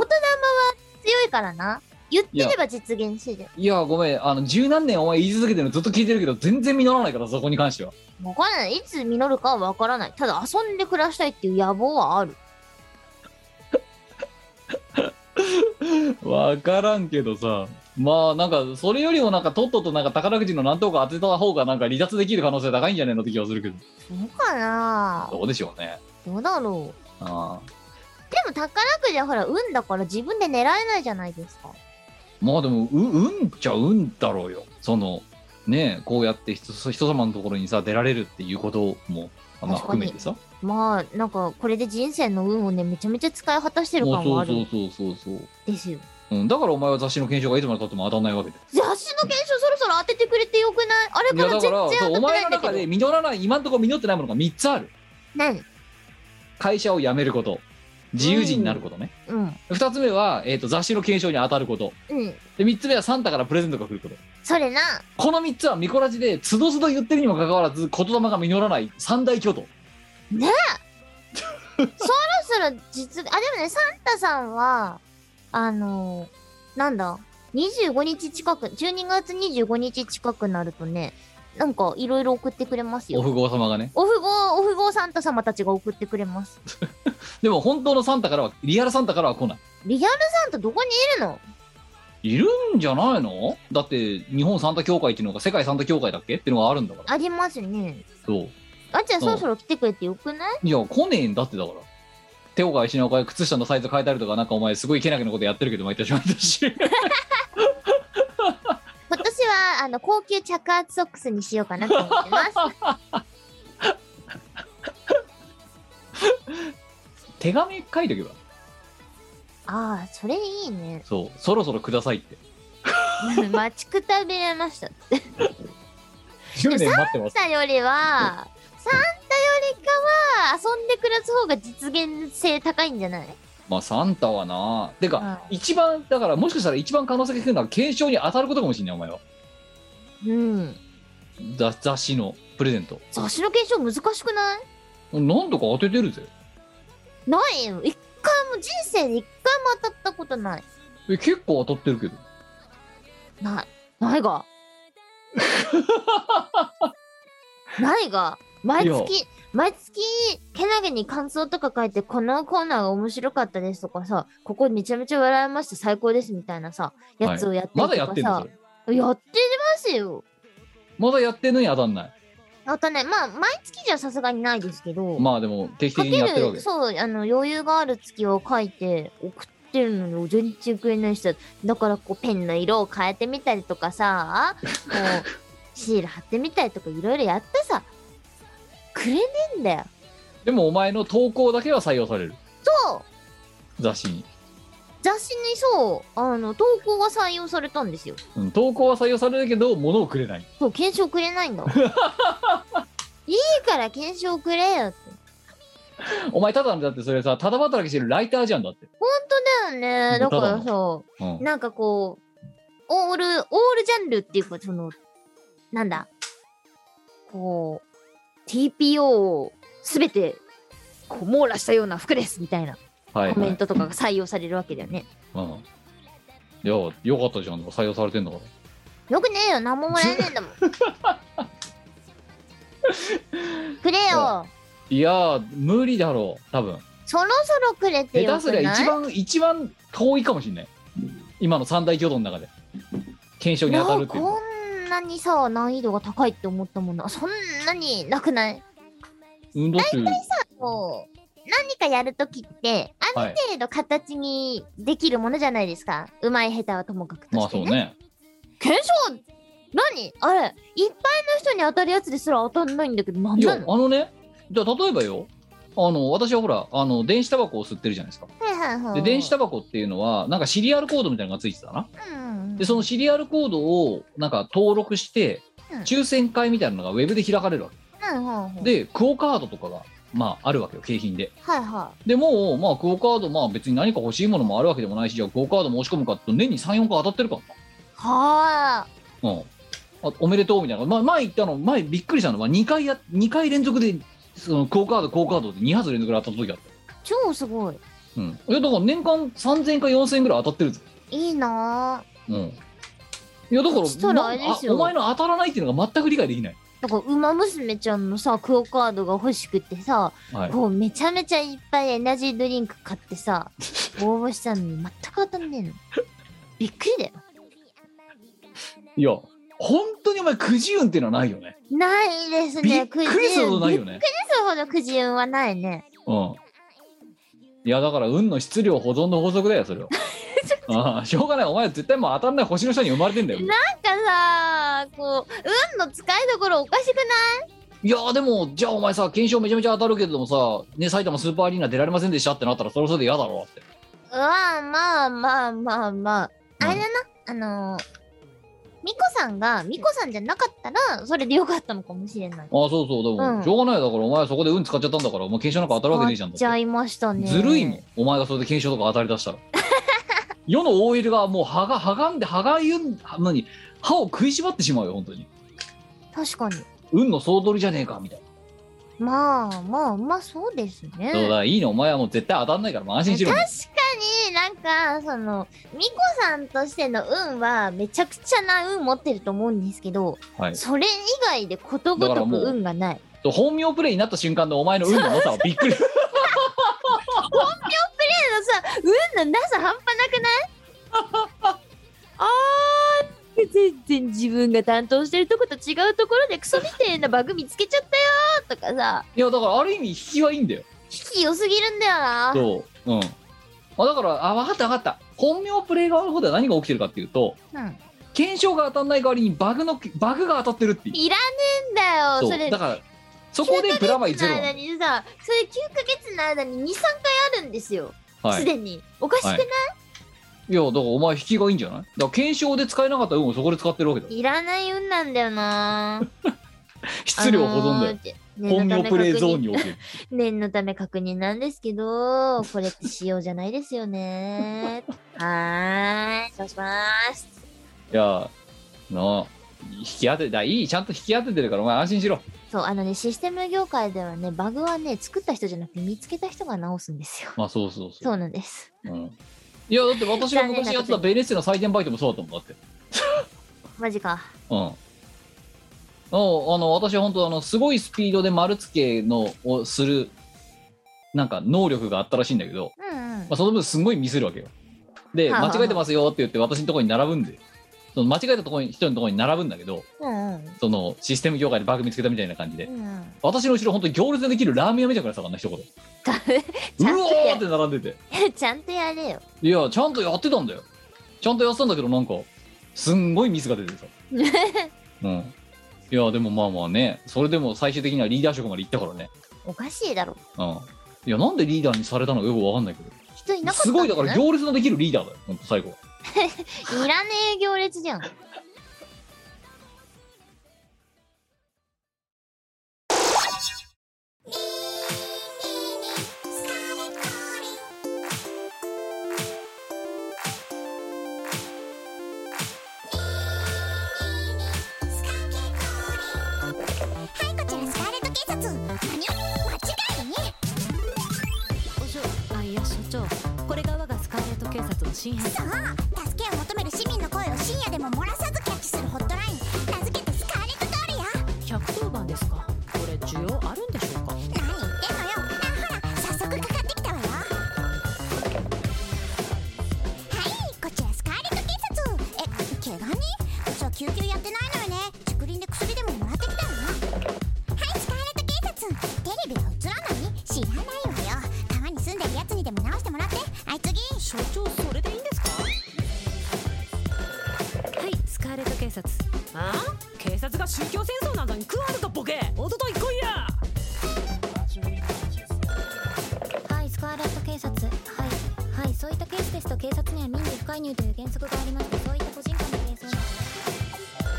強いからな。言ってれば実現するよ。いや、ごめん、あの、十何年お前言い続けてるのずっと聞いてるけど、全然実らないから、そこに関しては。わからない。いつ実るかはわからない。ただ遊んで暮らしたいっていう野望はある。わからんけどさ。まあ、なんか、それよりもなんか、とっととなんか、宝くじの何等か当てた方が、なんか、離脱できる可能性高いんじゃねえのって気がするけど。そうかなどうでしょうね。どうだろう。ああでも宝くじはほら、運だから自分で狙えないじゃないですか。まあでも、う、うんちゃうんだろうよ。その、ねえこうやって人人様のところにさ、出られるっていうことも、まあ、確か含にめてさ。まあ、なんか、これで人生の運をね、めちゃめちゃ使い果たしてるもう感はそあうそるうそうそうそう。ですよ。うん、だからお前は雑誌の検証がいつまでたっても当たんないわけで。雑誌の検証そろそろ当ててくれてよくないあれいかやら全だか然らそ当うおたって前ないのんだけ中どで。実らない今んところ実ってないものが3つある何会社を辞めること自由人になることね、うん。 2つ目は、えー、と雑誌の検証に当たることうん。で3つ目はサンタからプレゼントが来ることそれな。この3つはミコラジでつどつど言ってるにもかかわらず言霊が実らない三大巨頭そろそろ実、あ、でもね、サンタさんは、あのーなんだ、25日近く、12月25日近くなるとね、なんかいろいろ送ってくれますおよ。富豪様がねお富豪、お富豪サンタ様たちが送ってくれます。でも本当のサンタからはリアルサンタからは来ないリアルサンタどこにいるのいるんじゃないのだって日本サンタ協会っていうのが世界サンタ協会だっけっていうのがあるんだからありますね。そうあじゃあうんそろそろ来てくれてよくないいや来ねえんだってだから手を返しなおか靴下のサイズ変えたりとかなんかお前すごいけなげなことやってるけど毎年毎年 今年は、あの、高級着圧ソックスにしようかなと思って ます。手紙書いとけばああ、それいいね。そうそろそろくださいって待ちくたびれました。 10年待ってますサンタよりは、サンタよりかは、遊んで暮らす方が実現性高いんじゃないまあサンタはなてか、う一番だからもしかしたら一番可能性が低いのは検証に当たることかもしれないお前はうん。雑雑誌のプレゼント雑誌の検証難しくない何度か当ててるぜないよ。一回も、人生で一回も当たったことない。え結構当たってるけどない。ないが。 ないが。毎月、毎月、けなげに感想とか書いて、このコーナーが面白かったですとかさ、ここめちゃめちゃ笑いました、最高ですみたいなさ、やつをやってまるとだやかってんさ、のそれやってますよ。まだやってんのに当たんないあとね、まあ、毎月じゃさすがにないですけど、まあでも定期か的にけやってるわける、そう、あの、余裕がある月を書いて送ってるのに全然食えない人だからこう、ペンの色を変えてみたりとか さ、こう、シール貼ってみたりとかいろいろやってさ、くれねえんだよ。でもお前の投稿だけは採用されるそう雑誌に、雑誌にそう、あの、投稿が採用されたんですよ。うん、投稿は採用されるけど物をくれない そう、検証くれないんだ。いから検証くれよって。お前ただのだってそれさただ働きしてるライターじゃんだって、本当だよね。だからさ、うん、なんかこう、オール、オールジャンルっていうか、その、なんだ、こう、TPO をすべて、こう、網羅したような服ですみたいなはい、コはメンいトとかが採用されるわけだよね。うん、いやよかったじゃん採用されてんだからよくねえよ、何ももらえねえんだ もん。くれよ、いやー無理だろう多分そろそろくれて下よ手すくりゃな一い番一番遠いかもしんない今の三大挙動の中で検証に当たるっていうのこはんなにさ、難易度が高いって思ったものは、そんなになくない運動中もう何かやるときってあはいる程度形にできるものじゃないですか、うまい下手はともかくとまあしてそうね,、ね検証何あれいっぱいの人に当たるやつですら当たんないんだけど何いやなあののねじゃあ例えばよあの私はほらあの電子タバコを吸ってるじゃないですかはいはいはいで電子タバコっていうのはなんかシリアルコードみたいなのがついてたなうんうんでそのシリアルコードをなんか登録してうん抽選会みたいなのがウェブで開かれるわはいはいはけいでクオ・カードとかがまああるわけよ景品ではいはでもうまあクオ・カードまあ別に何か欲しいものもあるわけでもないしじゃあクオ・カード申し込むかっていうと年に34個当たってるからいはあなうんあおめでとうみたいな、まあ、前言ったの前びっくりしたのは2回や二回連続でそのクオ・カードクオ・カードって2発連続で当たった時があった超すごいうん、いやだから年間3000か4000ぐらい当たってるぞいいなぁうんいやだかそらしたらあれですよなあお前の当たらないっていうのが全く理解できない、だから馬娘ちゃんのさクオカードが欲しくてさ、はい、こうめちゃめちゃいっぱいエナジードリンク買って さ応募したのに全く当たんねえのびっくりだよいや本当にお前くじ運っていうのはないよねないですびっね。くりするほどないよね。びねっくりするほどくじ運はないね。うんいやだから運の質量保存の法則だよ それはああしょうがないお前は絶対もう当たんない星の下に生まれてんだよななんかさ、こう、運の使いどころおかしくないいやでもじゃあお前さ検証めちゃめちゃ当たるけれどもさ、ね、埼玉スーパーアリーナ出られませんでしたってなったらそれはそれで嫌だろうってうわまあまあまあまあ。うんあれだな、あのー、ミコさんが、ミコさんじゃなかったら、それでよかったのかもしれない。ああそうそうでも、うんしょうがないよだからお前はそこで運使っちゃったんだからお前検証なんか当たるわけねえじゃん買ってだっちゃいましたね。ずるいもん。お前がそれで検証とか当たりだしたら 世の OL がもう歯がはがんで歯がゆんは何歯を食いしばってしまうよ本当に確かに。運の総取りじゃねえかみたいまあまあまあ、そうですね。な、そうだいいのお前はもう絶対当たんないからもう安心し確ろかになんかそのミコさんとしての運はめちゃくちゃな運持ってると思うんですけど、はいそれ以外でことごだからともくう運がないと本名プレイになった瞬間のお前の運のなさはびっ くりけどさ運のなさ半端なくない あー全然自分が担当してるとこと違うところでクソみてえなバグ見つけちゃったよーとかさいやだからある意味引きはいいんだよ引き良すぎるんだよなそううんあだからあ分かった分かった本名プレイ側の方では何が起きてるかっていうとうん検証が当たんない代わりにバグのバグが当たってるっていういらねえんだよそそれうだからそこでプラマイゼロ9ヶ月の間にさそれ9ヶ月の間に23回あるんですよはすいでにおかしくない、いやだからお前引きがいいんじゃないだから検証で使えなかった運をそこで使ってるわけだよい、らない運なんだよ な質量保存だよ、本名プレイゾーンににおける念のため確認なんですけどこれって仕様じゃないですよ ねはーいそうしますいやなあ引き当てだいいちゃんと引き当ててるからお前安心しろそうあのねシステム業界ではねバグはね作った人じゃなくて見つけた人が直すんですよまあそうそうそそううなんですうん、いやだって私が昔やってたベネッセの採点バイトもそうだったもんだってマジかうんおあの私本当あのすごいスピードで丸付けのをするなんか能力があったらしいんだけど、うんうんまあ、その分すんごいミスるわけよではあはあ間違えてますよって言って私のところに並ぶんでその間違えたところに人のところに並ぶんだけどうんうんそのシステム業界でバグ見つけたみたいな感じでうんうん私の後ろ本当に行列でできるラーメン屋みたいなさんな一言うお ちゃんとやーって並んでてちゃんとやれよいやちゃんとやってたんだよちゃんとやってたんだけどなんかすんごいミスが出 てさうんいやでもまあまあねそれでも最終的にはリーダー職まで行ったからねおかしいだろうんいやなんでリーダーにされたのかよくわかんないけど人いなかったすんじゃなごいだから行列のできるリーダーだよほんと最後はいらねえ行列じゃん。長これが我がスカーレット警察の新編さあ助けを求める市民の声を深夜でも漏らさずキャッチするホットライン名付けてスカーレットドリア110番ですかこれ需要あるんでしょうか何言ってんのよあほら早速かかってきたわよはいこちらスカーレット警察え怪我にこちら救急やってないのよね竹林で薬でももらってきたわはいスカーレット警察テレビは映らない知らないわよ川に住んでるやつにでも直してもらってはい次所長それでいいんですかはいスカーレット警察ああ警察が宗教戦争などに食わぬかボケおととい来いやはいスカーレット警察はいはいそういったケースですと警察には民事不介入という原則がありましてそういった個人間の係争な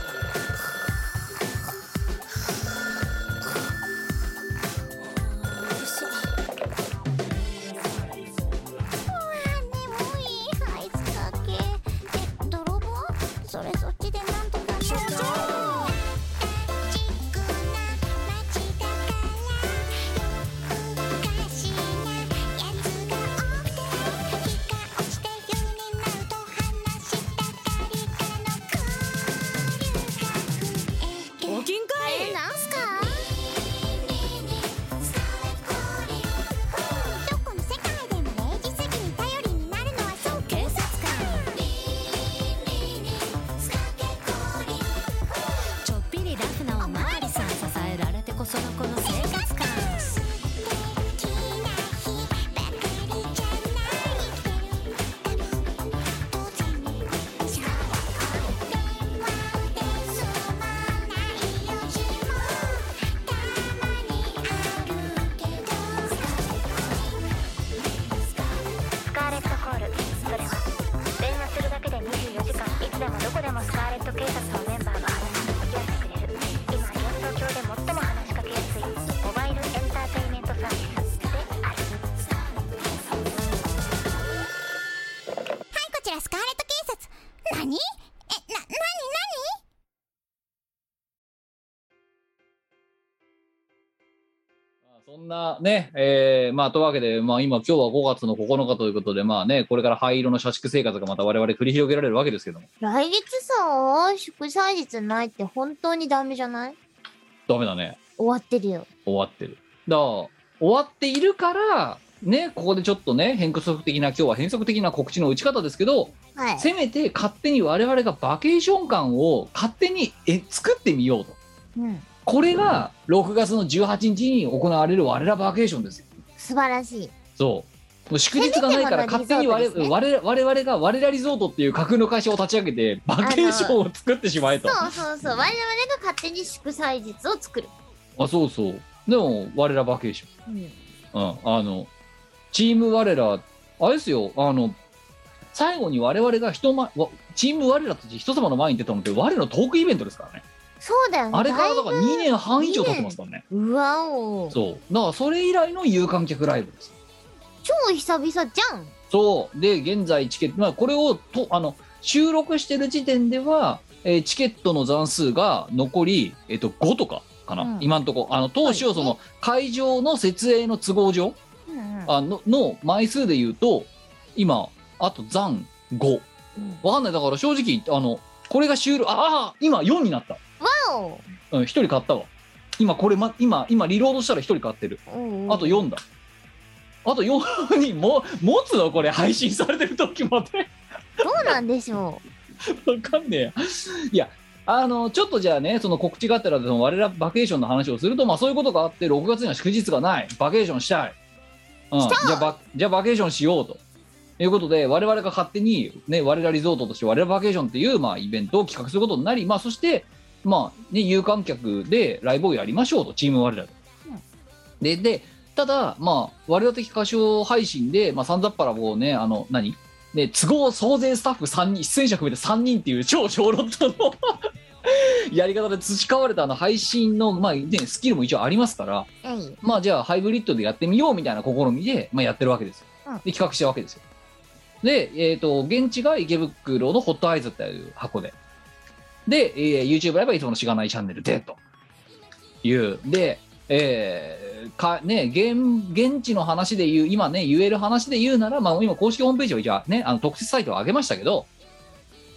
あ眠いハイスかけえ泥棒それそっちでなんとか所長ちくな街だからよくかしなやつが多くて日が落ちて夜になると話したがりかの交流が増える募金会なんすかどこの世界でも0時過ぎに頼りになるのはそう警察官ちょっぴりラフなおまわりさん支えられてこそのこの生素活感敵な日ばかりじゃない生きてるために当然にしか電話で済まない用事もたまにあるけどスカーレットコールそれは電話するだけで24時間いつでもどこでもスカーレット警察のメンバーが話に付き合ってくれる今幻想郷で最も話しかけやすいモバイルエンターテインメントサービスであはるいこちらスカーレット警察何えな何何まあそんなね、えー、まあ、というわけで、まあ、今、今日は5月の9日ということで、まあね、これから灰色の社畜生活がまた我々繰り広げられるわけですけども、来月さ、祝祭日ないって本当にダメじゃないダメだね。終わってるよ。終わってる。だから、終わっているから、ね、ここでちょっとね、変則的な、今日は変則的な告知の打ち方ですけど、はい。せめて勝手に我々がバケーション感を勝手にえ作ってみようと。うん。これが6月の18日に行われる我らバケーションですよ。素晴らしい。そう。もう祝日がないから勝手に我々、我々我々が我らリゾートっていう架空の会社を立ち上げてバケーションを作ってしまえと。そうそうそう。我々が勝手に祝祭日を作る。あ、そうそう。でも我らバケーション。うん。うん、あの、チーム我ら、あれですよ、あの、最後に我々が人前、わチーム我らたち人様の前に出たのって、我らのトークイベントですからね。そうだよね。あれからだからだいぶ2年半以上経ってますからね。うわお。そう。だからそれ以来の有観客ライブです。超久々じゃん。そう。で、現在チケット、まあこれをと、あの、収録してる時点では、えーチケットの残数が残り、えっと、5とかかな、うん今のところ。あの、当初、その、会場の設営の都合上、うんうん。あのの枚数で言うと今あと残5わかんないだから正直あのこれが終了ああ今4になった、わお。うん、1人買ったわ今これ、ま、今今リロードしたら1人買ってるおうあと4だあと4にも持つのこれ配信されてる時までどうなんでしょわかんねえやいやあのちょっとじゃあねその告知があったらその我らバケーションの話をするとまあそういうことがあって6月には祝日がないバケーションしたい、うん、じゃあバじゃあバケーションしようということで我々が勝手にね我らリゾートとして我らバケーションっていうまあイベントを企画することになりまあそしてまあね有観客でライブをやりましょうとチーム我らで、ででただまあ我々的歌唱配信でまあさんざっぱらこうねあの何ね、都合総勢スタッフ3人出演者含めて3人っていう超小ロットの やり方で培われたあの配信の、まあね、スキルも一応ありますから、う。えい。まあじゃあハイブリッドでやってみようみたいな試みで、まあ、やってるわけですよ。うんで企画したわけですよ。で、えっ、と、現地が池袋のホットアイズっていう箱で。で、えー YouTube ライブはいつものしがないチャンネルでと。いう。で、えーかね、現現地の話で言う、今ね、言える話で言うなら、まあ、今、公式ホームページをじゃあ、ね、あの特設サイトを上げましたけど、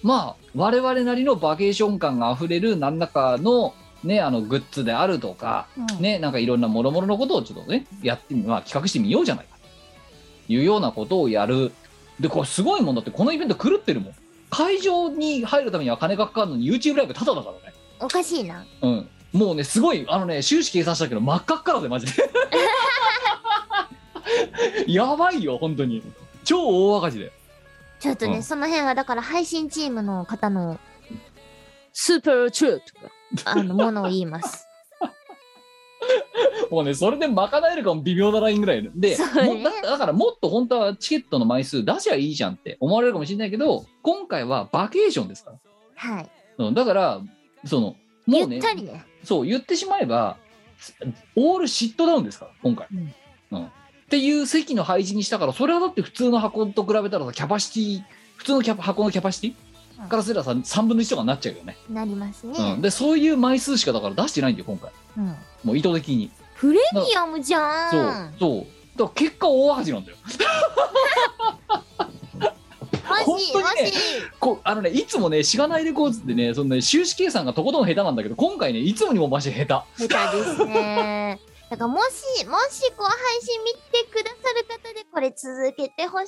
まあ、我々なりのバケーション感があふれる何らかの,、ね、あのグッズであるとか、ね、なんかいろんな諸々のことをちょっとね、やってみ、まあ、企画してみようじゃないかというようなことをやる。で、これすごいもんだって、このイベント狂ってるもん。会場に入るためには金がかかるのに YouTube ライブタダだからね。おかしいな。うん、もうねすごいあのね収支計算したけど真っ赤っからでマジ でやばいよ本当に超大赤字でちょっとね、うんその辺はだから配信チームの方のスーパーチューとか、あの、ものを言います。もうねそれで賄えるかも微妙なラインぐらいでそうねもだだからもっと本当はチケットの枚数出しゃいいじゃんって思われるかもしれないけど今回はバケーションですかはい。ら、うん、だからそのもゆうねったりね。そう言ってしまえばオールシットダウンですから今回、うんうんっていう席の配置にしたからそれはだって普通の箱と比べたらさキャパシティ普通のキャパ箱のキャパシティ、うんからすればさ3分の1とかになっちゃうよね、なりますうんね。でそういう枚数しかだから出してないんだよ今回うん。もう意図的に、プレミアムじゃそんう。そうだから結果大赤字なんだよマジ、本当にマねジ。こうあのねいつもねしがないレコーズってねそのね収支計算がとことん下手なんだけど今回ねいつもにもマジ下手下手です ね。だからもし、もしこう配信見てくださる方でこれ続けてほしいなー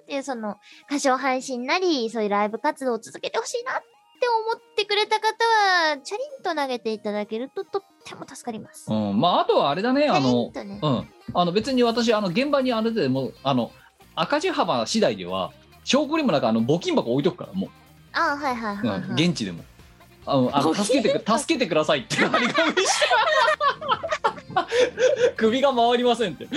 っていう、その歌唱配信なり、そういうライブ活動を続けてほしいなって思ってくれた方は、チャリンと投げていただけるととっても助かります。うんまああとはあれだねチャあリンのとね。うん、あの別に私あの現場にあれでもうあの赤字幅次第では証拠にもなくあの募金箱置いとくからも、ああ、はいはいううはい、んはい。現地でも。あのあの助けてく助けてくださいって張り紙して 首が回りませんって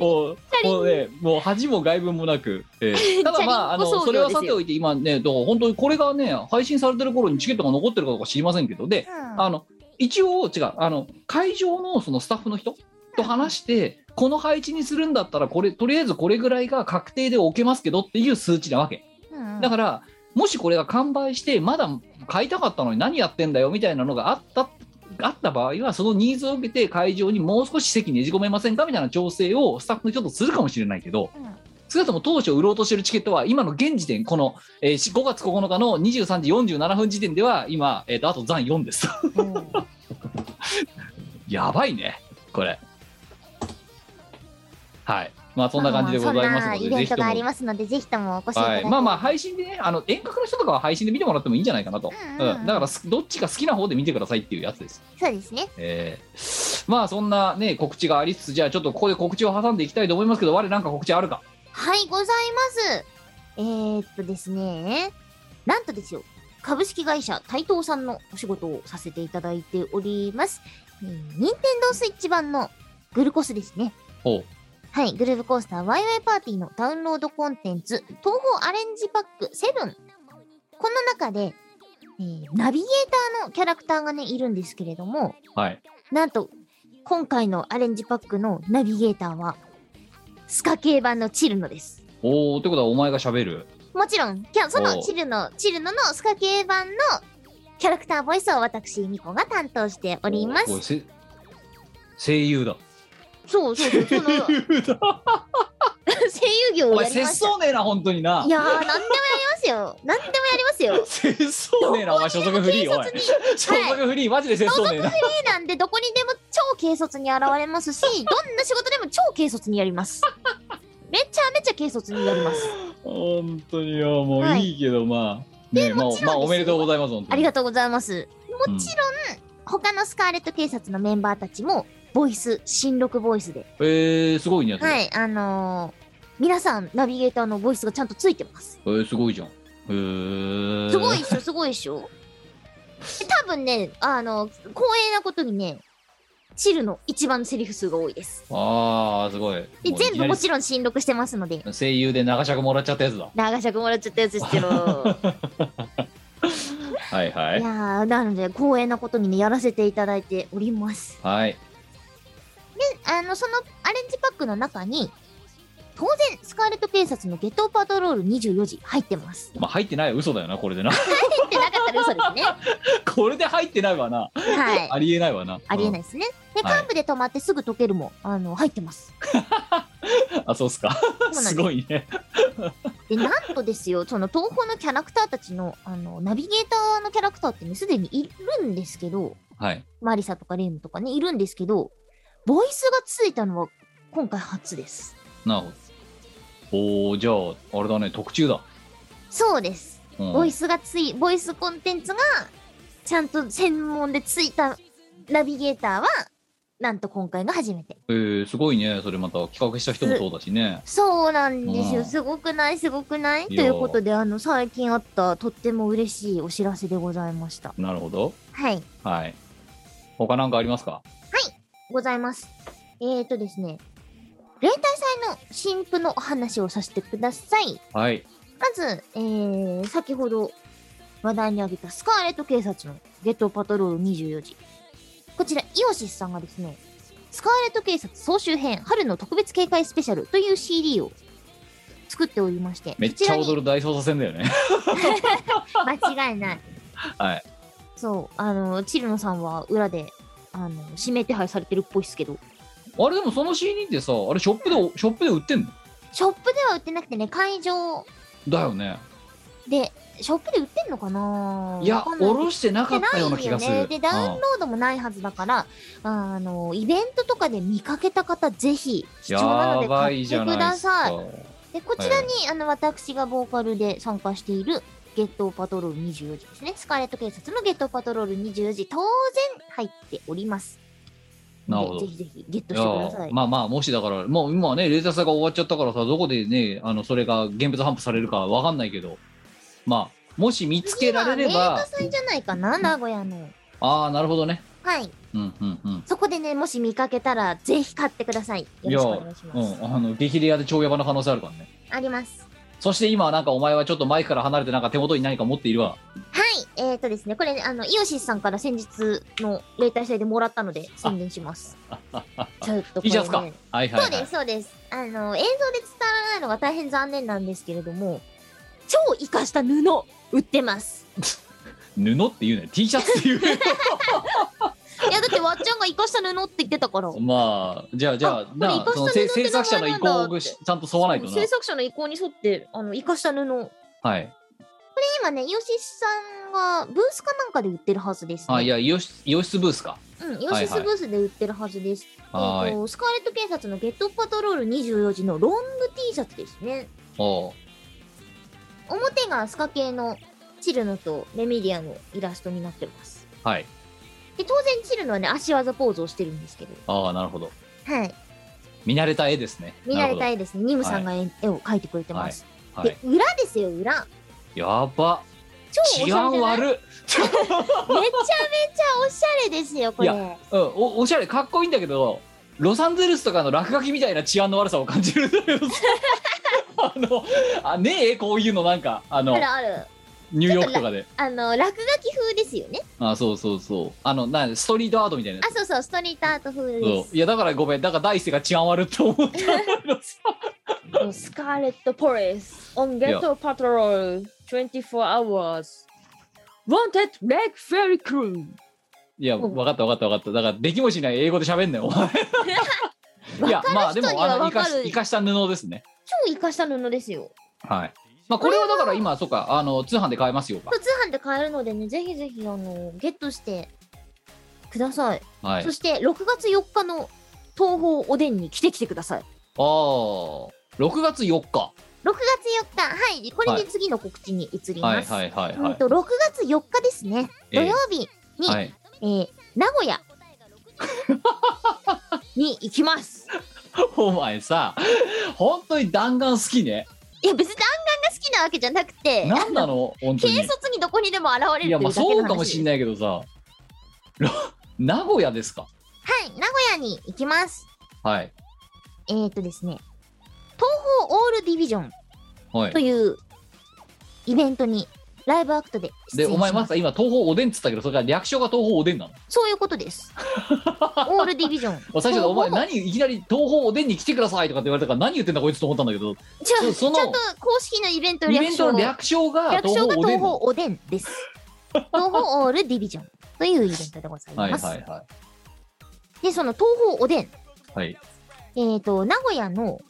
もうもうねもう恥も外聞もなく、え えただまああチャリンコ騒動のそれはですよさておいて今ねどう本当にこれがね配信されてる頃にチケットが残ってるかどうか知りませんけどでうんあの一応違うあの会場のそのスタッフの人と話してこの配置にするんだったらこれとりあえずこれぐらいが確定で置けますけどっていう数値なわけうんうんだからもしこれが完売してまだ買いたかったのに何やってんだよみたいなのがあったあった場合はそのニーズを受けて会場にもう少し席ねじ込めませんかみたいな調整をスタッフの人とするかもしれないけどうん少なくとも当初売ろうとしてるチケットは今の現時点この、えー5月9日の23時47分時点では今、えーとあと残4ですやばいね、これ。はい。まあ、そんな感じでございますのそんで、なイベぜンひトとがありも。ますので、ぜひともお越しいただはいい、て。まあまあ配信でねあの遠隔の人とかは配信で見てもらってもいいんじゃないかなと、うんうんだからすどっちか好きな方で見てくださいっていうやつです、そうですね。えーまあそんなね告知がありつつじゃあちょっとここで告知を挟んでいきたいと思いますけど我なんか告知あるかはい、ございます。えー、っとですね、なんとですよ、株式会社台東さんのお仕事をさせていただいております。えー、任天堂スイッチ版のグルコスですね。おうはい、グルーブコースターワイワイパーティーのダウンロードコンテンツ、東宝アレンジパック7。この中で、えーナビゲーターのキャラクターがね、いるんですけれども、はいなんと、今回のアレンジパックのナビゲーターは、スカ系版のチルノです。おおってことはお前がしゃべるもちろん、キャそおのうチルノ、チルノのスカ系版のキャラクターボイスを私、ミコが担当しておりまおいす。せ声優だそうそうそう、その声優だ優業おを前やりま節した。操ねえな本当にないやー、なんでもやりますよ。なんでもやりますよ。戦争ねえな、お前、所属フリー、おい軽率。に所属フリー、マジで戦争ねえな。手なんでどこにでも超軽率に現れ ますし、どんな仕事でも超軽率にやります。めちゃめちゃ軽率にやります。本当によ、もういいけど、まあ。ねえ、まあもちろんです、よまあ、おめでとうございます、本当ありに。がとうございます。うんもちろん、他のスカーレット警察のメンバーたちも、ボイス、新録ボイスで。えー、すごいね。それは。い、あのー皆さん、ナビゲーターのボイスがちゃんとついてます。えー、すごいじゃん。えー。すごいっしょ、すごいっし ょ。多分ね、あの、光栄なことにね、チルの一番セリフ数が多いです。ああ、すごい。でもう全部もいきちろん新録してますのでな、り声優で長尺もらっちゃったやつだ。長尺もらっちゃったやつして ろ。はいはいい。やーなので光栄なことにねやらせていただいております はい。あのそのアレンジパックの中に当然、スカーレット警察のゲトパトロール24時入ってます。まあ入ってないは嘘だよなこれでな 入ってなかったら嘘ですね。これで入ってないわな はい。ありえないわな、ありえないいですね。で、はい幹部で止まってすぐ溶けるも、あの、入ってます。うんあそうっすかんですすごいね で、なんとですよ、その東宝のキャラクターたちの、あの、ナビゲーターのキャラクターってね、すでにいるんですけど、はいマリサとかレイムとかね、いるんですけど、ボイスがついたのは今回初です。なるほどおおじゃああれだね特注だ、そうです。うんボイスがつい、ボイスコンテンツが、ちゃんと専門でついたナビゲーターは、なんと今回が初めて。えー、すごいねそれまた企画した人もそうだしねそうなんですうよ。んすごくないすごくないいとやーいうことで、あの、最近あったとっても嬉しいお知らせでございました。なるほどはい。はい他なんかありますかございます。えーとですね、例大祭の新婦のお話をさせてください。はいまず、えー、先ほど話題に挙げたスカーレット警察のゲットパトロール24時。こちら、イオシスさんがですね、スカーレット警察総集編春の特別警戒スペシャルという CD を作っておりまして、めっちゃこ踊る大捜査線だよね らに間違いない。はいそう、あの、チルノさんは裏で、あの、指名手配されてるっぽいっすけど、あれでもその CD ってさあれショップでショップで売ってんのショップでは売ってなくてね、会場だよねで、ショップで売ってんのかないいやおろししてなてかったような気がするで、ダウンロードもないはずだから、あの、イベントとかで見かけた方、ぜひ、貴重なのやでば買いっじてゃくないだですさかい。で、こちらに、あの、私がボーカルで参加している、ゲットパトロール24時ですね。スカーレット警察のゲットパトロール24時、当然入っております。なるほどでぜひぜひ、ゲットいしてくださやい。まあまあもしだからもう今はねレーザー祭が終わっちゃったからさどこでねあのそれが現物頒布されるかわかんないけどまあもし見つけられれ今ば映画祭じゃないかな、名古屋の。ああなるほどねはい。うんうんうんそこでね、もし見かけたら、ぜひ買ってください。よろしくお願いしうます。ん、あの激レアで超ヤバな可能性あるからねあります。そして今はなんかお前はちょっとマイクから離れてなんか手元に何か持っているわはい。えっ、ー、とですね、これ、あの、イオシスさんから先日の例大祭でもらったので、宣伝します。ちょっとこれ、ね、いいじゃんすかはいはい、はい、そうです、そうです。あの、映像で伝わらないのが大変残念なんですけれども、超活かした布、売ってます。布っていうね T シャツっていう いや、だってわっちゃんが活かした布って言ってたから。まあじゃあじゃあれな生かそのした布制って制作者の意向をしちゃんと沿わないとな制作者の意向に沿って、あの、活かした布。ではい今ね、イオシスさんがブースかなんかで売ってるはずです、ね。あいやイオシスイオシスブースかうん、イオシスブースで売ってるはずです。はーいえーとスカーレット警察のゲットパトロール24時のロング T シャツですね。おう表がスカ系のチルノとレミリアのイラストになってます。はいで、当然チルノはね、足技ポーズをしてるんですけど。ああなるほどはい。見慣れた絵ですね見慣れた絵絵ですね。ニムさんが絵絵を描いてくれてます。はい、で、裏ですよ、裏。やば超おしゃれ治じゃ安ないめち悪っゃめちゃおしゃれですよ、こいれ。うんおおしゃれかっこいいんだけどロサンゼルスとかの落書きみたいな治安の悪さを感じるんだけどさ あのあねえこういうのなんかあのあるある。ニューヨークとかであの、落書き風ですよね。あそうそうそうあのなんストリートアートみたいなやあつ、そうそう、ストリートアート風でそすう。いやだからごめんだから第一声が治安悪って思ったんだけど さスカーレット・ポリス on Ghetto Patrol 24 hours Wanted Lake Ferry Crew いや分かった分かった分かっただからできもしない英語で喋んなよお 前いやまあで人にもはあ分の生かかるし生かした布ですね超活かした布ですよ。はい。まあ、これはだから今、そうか、あの、通販で買えますよかこ。れ通販で買えるのでね、ぜひぜひ、あの、ゲットしてください。はい。あそして、6月4日の東宝おでんに来てきてください。あー、6月4日。 6月4日、はい、これはいで次の告知に移りはまいす。はいはいうんはと、6月4日ですね、え土え曜日、い。にはい、えー名古 屋に行きます。お前さ、本当に弾丸好きね。いや、別に弾丸が好きなわけじゃなくて、なんなの本当 軽に。率にどこにでも現れいるや、といまあうだけのそう話かもしんないけどさ、 ろ名古屋ですか。はい、名古屋に行きます。はい。えー、とですね、東宝オールディビジョンはいと。いうイベントにライブアクトで出で演しお前まさか今東方おでんっつったけどそれから略称が東方おでんなのそういうこと です。オールディビジョン。まあ最 初お前何いきなり東方おでんに来てくださいとかって言われたから何言ってんだこいつと思ったんだけどちゃそんそのちゃんと公式のイベントイ略ベント称の略称が略東称方がおで東ん方なのおでん です。東方オールディビジョンというイベントでございはいまはす。いはで、その東方おでん、いはいえっ、と、名古屋の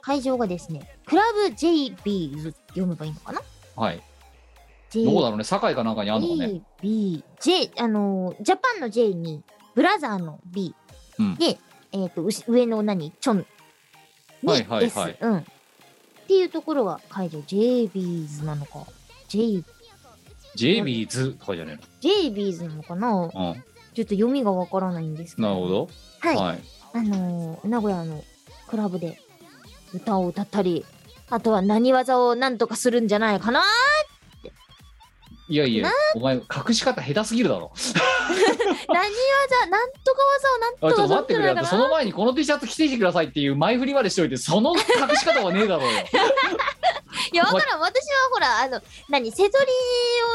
会場がですね、クラブ JB ズ読めばいいのかなはいどうだ ?JB、ろうね堺かなんかにあんのかね J、あの、ジャパンの J に、ブラザーの B、うんで、えっ、と、うし上の何、チョンには S、いはいはいうん。っていうところは会場 JB ズなのか、J、 j ビーズとかじゃね JB ズなのかなえのちょっと読みがわからないんですうけんど。なるほ。どはい。はいあのー名古屋のクラブで歌を歌ったり、あとは何技を何とかするんじゃないかな。いやいやなお前隠し方下手すぎるだろ何技、なんとかあ技をなちょっとんと待かっすてるくんじゃれよないかそな。の前にこの T シャツ着てきてくださいっていう前振りまでしといてその隠し方はねえだ ろうよいや、わからん。私はほら、あの、何、瀬戸り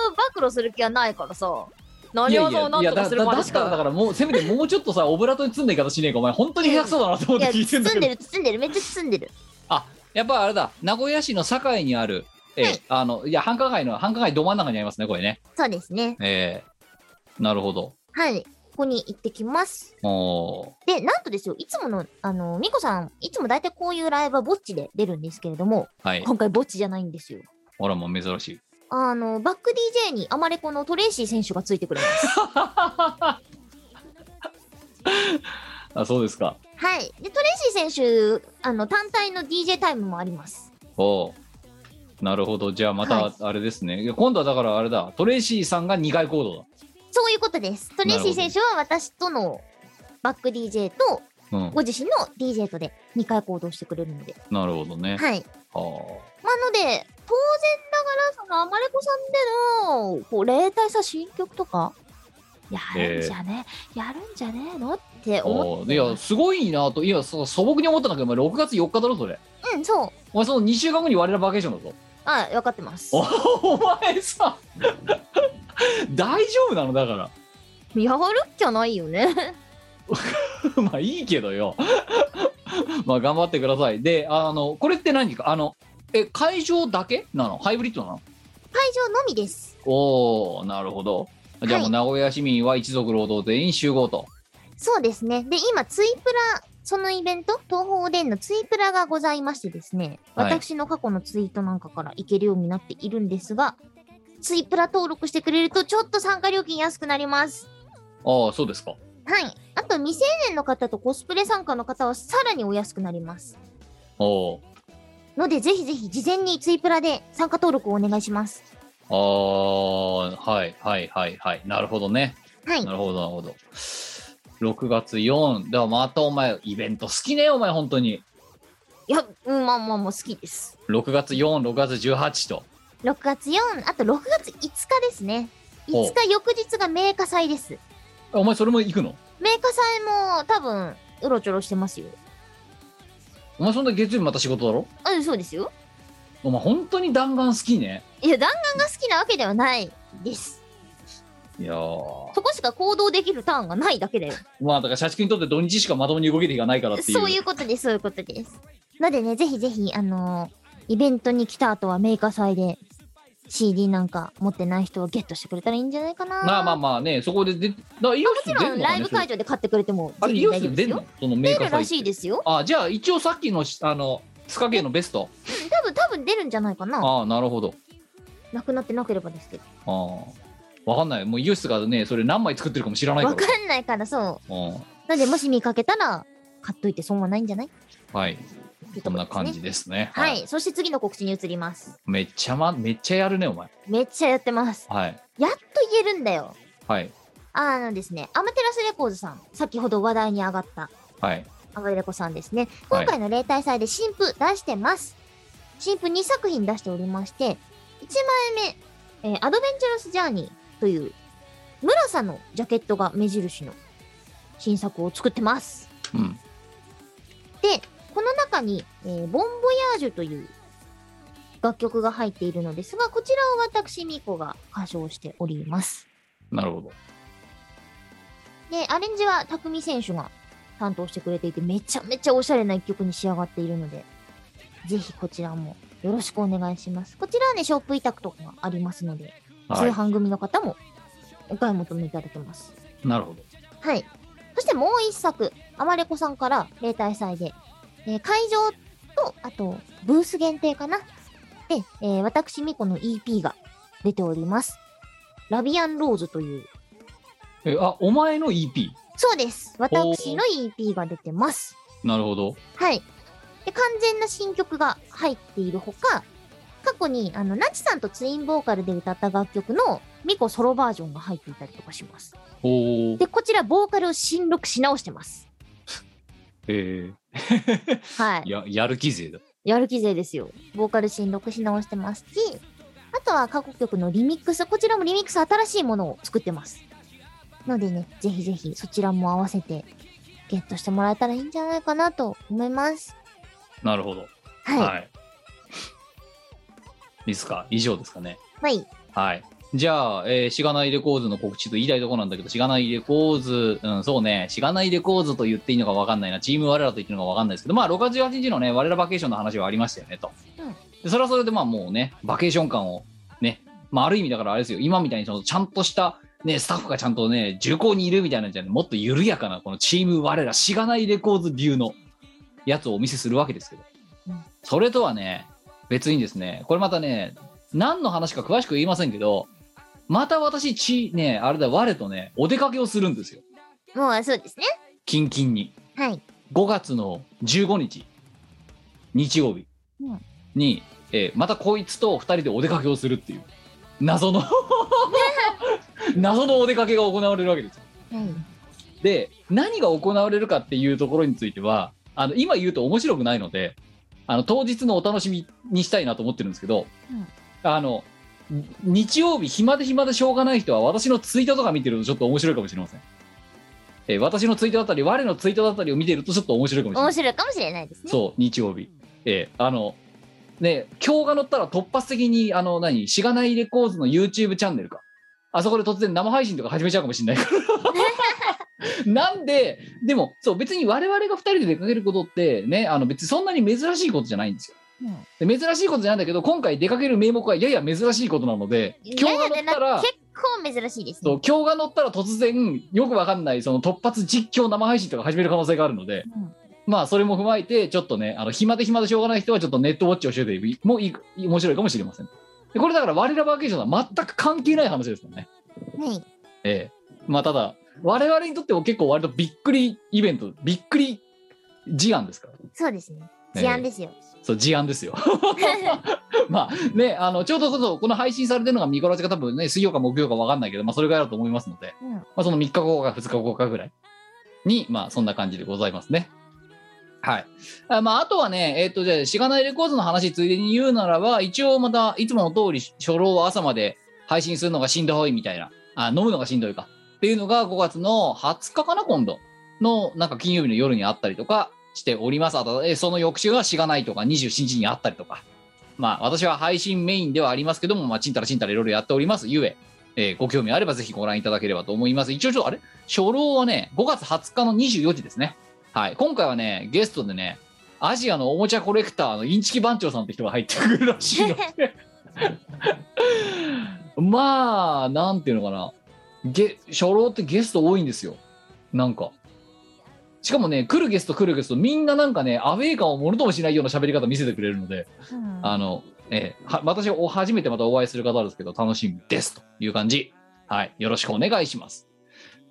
を暴露する気はないからさ。い何やい技やを何いやとだかだするまだでっしたらだか。からもうせめてもうちょっとさオブラートに包んでいい方しねえかお前本当に下手くそだなと思いってや、聞いてんだ包んけどでる、包んでる、めっちゃ包んでる。 やっぱあれだ名古屋市の堺にあるえーはいあのいや繁華街の繁華街ど真ん中にありますねこれねそうですね。えー、なるほどはい。ここに行ってきます。おーで、なんとですよ、いつもの、あの、ミコさん、いつも大体こういうライブはぼっちで出るんですけれども、はい今回ぼっちじゃないんですよ。ほらもう珍しいあの、バック DJ にアマレコのトレイシー選手がついてくれます。 あそうですかはい。で、トレイシー選手、あの、単体の DJ タイムもあります。おーなるほどじゃあまはいたあれですね、いや今度はだからあれだトレイシーさんが2回行動そういうことです。トレイシー選手は私とのバック DJ と、だうんご自身の DJ とで2回行動してくれるので。なるほどねはい。あーなので、当然ながら、そのアマレコさんでの、こう、例大さ新曲とか、やるんじゃね、やるんじゃねえのって思おっーていまやす。すごいなといやそ素朴に思ったんだけどお前6月4日だろそれうん、そう。お前その2週間後に我らバケーションだぞあ、分かってます。 おお前さ 大丈夫なのだかやるっきゃないよね。 ら まあいいけどよまあ頑張ってくださいであのこれって何かあのえ会場だけなのハイブリッドなの会場のみです。おおなるほどじゃあはもうい名古屋市民は一族労働全員集合と、そうですね。で、今、ツイプラ、そのイベント、東方おでんのツイプラがございましてですね、はい私の過去のツイートなんかから行けるようになっているんですが、ツイプラ登録してくれると、ちょっと参加料金安くなります。ああそうですかはい。あと、未成年の方とコスプレ参加の方はさらにお安くなります。おので、ぜひぜひ事前にツイプラで参加登録をお願いします。おああはいはいはいはいなるほどねはいな。るほど、なるほど。6月4、だからまたお前、イベント好きね、お前、本当に。いや、うん、まあまあまあ、好きです。 6月4、6月18と。 6月4、あと6月5日ですね。お5日翌日が名家祭です。お前、それも行くのメーカーさんも多分うろちょろしてますよ。お前、そんな月曜日また仕事だろうん、そうですよ。お前、本当に弾丸好きね。いや、弾丸が好きなわけではないです。いやー。そこしか行動できるターンがないだけだよ。まあ、だから、社畜にとって土日しかまともに動ける日がないからっていう。そういうことです、そういうことです。のでね、ぜひぜひ、あのーイベントに来た後はメーカー祭で CD なんか持ってない人をゲットしてくれたらいいんじゃないかな。まあまあまあね、そこで出、だからイオシもちス出ろんんのラかイねブ会場で買ってくれてもあれ、全イ然オ大丈夫ですよシス出んの。そのメ出ーカーるさんらしいですよ。あ、じゃあ、一応さっきのし、あの、スカ系のベスト。多分、多分出るんじゃないかな。ああ、なるほど。なくなってなければですけど。ああ。わかんない。もうイオシスがね、それ何枚作ってるかも知らないかわら。かんないから、そう。うん。なので、もし見かけたら、買っといて損はないんじゃないはい、ってとこんこなですね感じですね。はい、そして次の告知に移ります。めっちゃま、めっちゃやるね、お前。めっちゃやってます。はい。やっと言えるんだよ。はい。あのですね、アマテラスレコーズさん、先ほど話題に上がったはい。アマテレコさんですね。は今い回の例大祭で新譜出してます。新譜2作品出しておりまして、1枚目、えーアドベンチャラスジャーニーという、ムラサのジャケットが目印の新作を作ってます。うん。で、この中に、えーボンボヤージュという楽曲が入っているのですが、こちらを私、ミコが歌唱しております。なるほど。で、アレンジは匠選手が担当してくれていて、めちゃめちゃおしゃれな一曲に仕上がっているので、ぜひこちらもよろしくお願いします。こちらはね、ショップ委託とかがありますので、は通販組の方もお買い求めいただけます。い。なるほど。はい。そしてもう一作、アマレコさんから例大祭で、えー会場と、あと、ブース限定かな。で、えー私、ミコの EP が出ております。ラビアンローズという。え、あ、お前の EP。そうです。私の EP が出てます。なるほど。はい。で、完全な新曲が入っているほか、過去に、あの、ナチさんとツインボーカルで歌った楽曲のミコソロバージョンが入っていたりとかします。おお。で、こちら、ボーカルを新録し直してます。えはいー、。や、やる気勢だ。やる気勢ですよ。ボーカル新録し直してますし、あとは過去曲のリミックス、こちらもリミックス新しいものを作ってます。のでね、ぜひぜひそちらも合わせてゲットしてもらえたらいいんじゃないかなと思います。なるほど。はい。はい。い。いいっすか以上ですかね。はい。じゃあ、えーしがないレコーズの告知と言いたいところなんだけど、しがないレコーズ、うん、そうね、しがないレコーズと言っていいのかわかんないな、チーム我らと言っていいのかわかんないですけど、まあ、6月18日のね、我らバケーションの話はありましたよね、と。うんでそれはそれで、まあ、もうね、バケーション感を、ね、まあ、ある意味だからあれですよ、今みたいに、その、ちゃんとした、ね、スタッフがちゃんとね、重厚にいるみたいなんじゃなくてもっと緩やかな、このチーム我ら、しがないレコーズ流のやつをお見せするわけですけど、うんそれとはね、別にですね、これまたね、何の話か詳しく言いませんけど、また私、ち、ね、あれだ、我とね、お出かけをするんですよ。もうそうですね。キンキンに。はい。 5月の15日、日曜日うんに、えーまたこいつと2人でお出かけをするっていう、謎の、 謎のお出かけが行われるわけですよ。はい。で、何が行われるかっていうところについては、あの、今言うと面白くないので、あの、当日のお楽しみにしたいなと思ってるんですけど、うんあの、に日曜日暇で暇でしょうがない人は私のツイートとか見てるとちょっと面白いかもしれません。えー私のツイートだったり、我のツイートだったりを見てるとちょっと面白いかもしれません面白いかもしれないですね。そう、日曜日。ええあの、ね、今日が乗ったら突発的に、あの、何、しがないレコーズの YouTube チャンネルか。あそこで突然生配信とか始めちゃうかもしれないから。なんで、でも、そう、別に我々が2人で出かけることって、ね、あの、別にそんなに珍しいことじゃないんですよ。で珍しいことじゃないんだけど、今回出かける名目はやや珍しいことなので、今日が乗ねっなたら、結構珍しいですそねう。今日が乗ったら突然よくわかんないその突発実況生配信とか始める可能性があるので、うんまあそれも踏まえてちょっとねあの暇で暇でしょうがない人はちょっとネットウォッチをしててもいい面白いかもしれませんでこれだから我らバーケーションとは全く関係ない話ですからねはい。ええまあただ我々にとっても結構割とびっくりイベントびっくり事案ですからそうですね。事案 ですよ。そう事案ですよまあねあのちょうどこそこの配信されてるのがミコラジが多分ね水曜か木曜かわかんないけどまあそれぐらいだと思いますのでうん。まあ、その3日後か2日後かぐらいに、まあ、そんな感じでございますね。はい。あまあ、あとはね、えっ、と、じゃあ、しがないレコーズの話ついでに言うならば、一応また、いつもの通り、初老は朝まで配信するのがしんどいみたいな、あ、飲むのがしんどいか。っていうのが5月の20日かな、今度の、なんか金曜日の夜にあったりとかしております。あと、えその翌週はしがないとか、27日にあったりとか。まあ、私は配信メインではありますけども、まあ、ちんたらちんたらいろいろやっております。ゆえ、えーご興味あればぜひご覧いただければと思います。一応ちょっと、あれ初老はね、5月20日の24時ですね。はい。今回はね、ゲストでね、アジアのおもちゃコレクターのインチキ番長さんって人が入ってくるらしいので。まあ、なんていうのかな。ゲ初老ってゲスト多いんですよ。なんか。しかもね、来るゲスト来るゲスト、みんななんかね、アウェー感をものともしないような喋り方見せてくれるので、あの、えーは私お初めてまたお会いする方ですけど、楽しみですという感じ。はい。よろしくお願いします。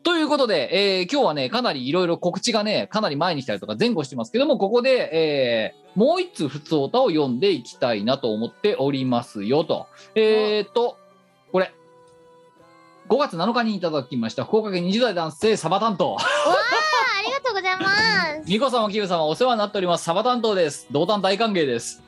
ということで、えー今日はね、かなりいろいろ告知がね、かなり前にしたりとか前後してますけども、ここで、えーもう一通普通歌を読んでいきたいなと思っておりますよと。えー、と、これ。5月7日にいただきました、福岡県20代男性サバ担当。ありがとうございます。ミコさんもキムさんもお世話になっております。サバ担当です。同担大歓迎です。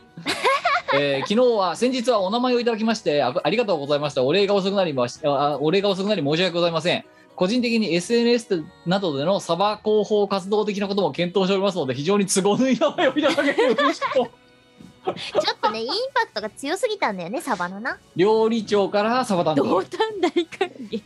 えー昨日は先日はお名前をいただきましてあありがとうございました。お礼が遅くなりましああお礼が遅くなり申し訳ございません。個人的に SNS などでのサバ広報活動的なことも検討しておりますので非常に都合のいい名前をいただけると嬉しくちょっとね、インパクトが強すぎたんだよね、サバのな。料理長からサバ担当同担大歓迎。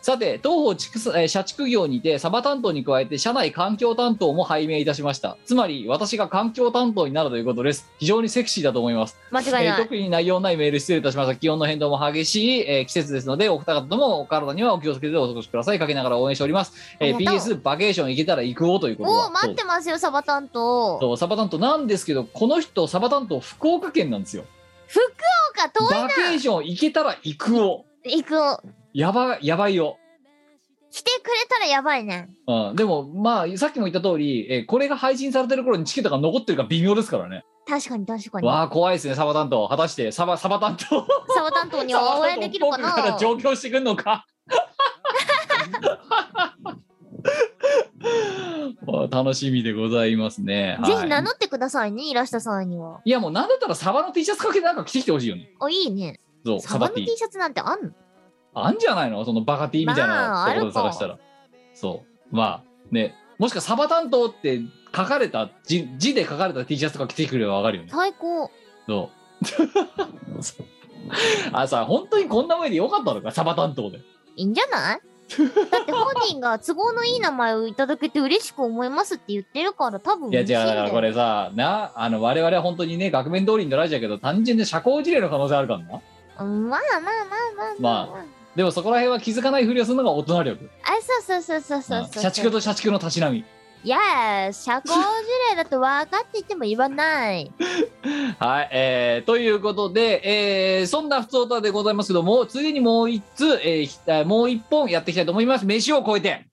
さて東方畜産えー社畜業にてサバ担当に加えて社内環境担当も拝命いたしましたつまり私が環境担当になるということです非常にセクシーだと思います間違いえーない。特に内容ないメール失礼いたしました気温の変動も激しい、えー季節ですのでお二方ともお体にはお気をつけてお過ごしくださいかけながら応援しております、えーありがとう PS バケーション行けたら行くおうということおだお、待ってますよ、サバ担当。そうサバ担当なんですけどこの人サバ担当福岡県なんですよ福岡遠バケーション行けたら行くおい行くよやばやばいよ来てくれたらやばいね。うん、でもまあさっきも言った通り、えーこれが配信されてる頃にチケットが残ってるか微妙ですからね。確かに確かに。わあ怖いですねサバ担当果たしてサバサバ担当サバ担当には応援できるかサバ担な当僕から上京してくん のかあ楽しみでございますね。ぜひ名はい、乗ってくださいね、いらした際には。いやもうなんだったらサバの T シャツかけてなんか着てきてほしいよね。あ、いいね。そうササババの T T シャツなんてあんのあんじゃないのそのバカ T みたいまなあところで探したら。そう。まあね、もしかサバ担当って書かれた字字で書かれた T シャツとか着てくればわかるよね。最高。そうそう。 あさ、本当にこんな前でよかったのかサバ担当で。いいんじゃ ないだって本人が都合のいい名前をいただけて嬉しく思いますって言ってるから多分いや嬉しい違んうだだかよらこれさなあの我々は本当にね額面通りにドライジだけど単純で社交辞令の可能性あるからなうんまあまあまあまあまあ、までもそこら辺は気づかないふりをするのが大人力あ、そうそうそうそうそううそんう社畜と社畜のたしなみいやー社交辞令だと分かっていても言わないはい、えー、ということで、えー、そんな普通歌でございますけどもついでにもう一つ、えーひえーもう一本やっていきたいと思います飯を超えて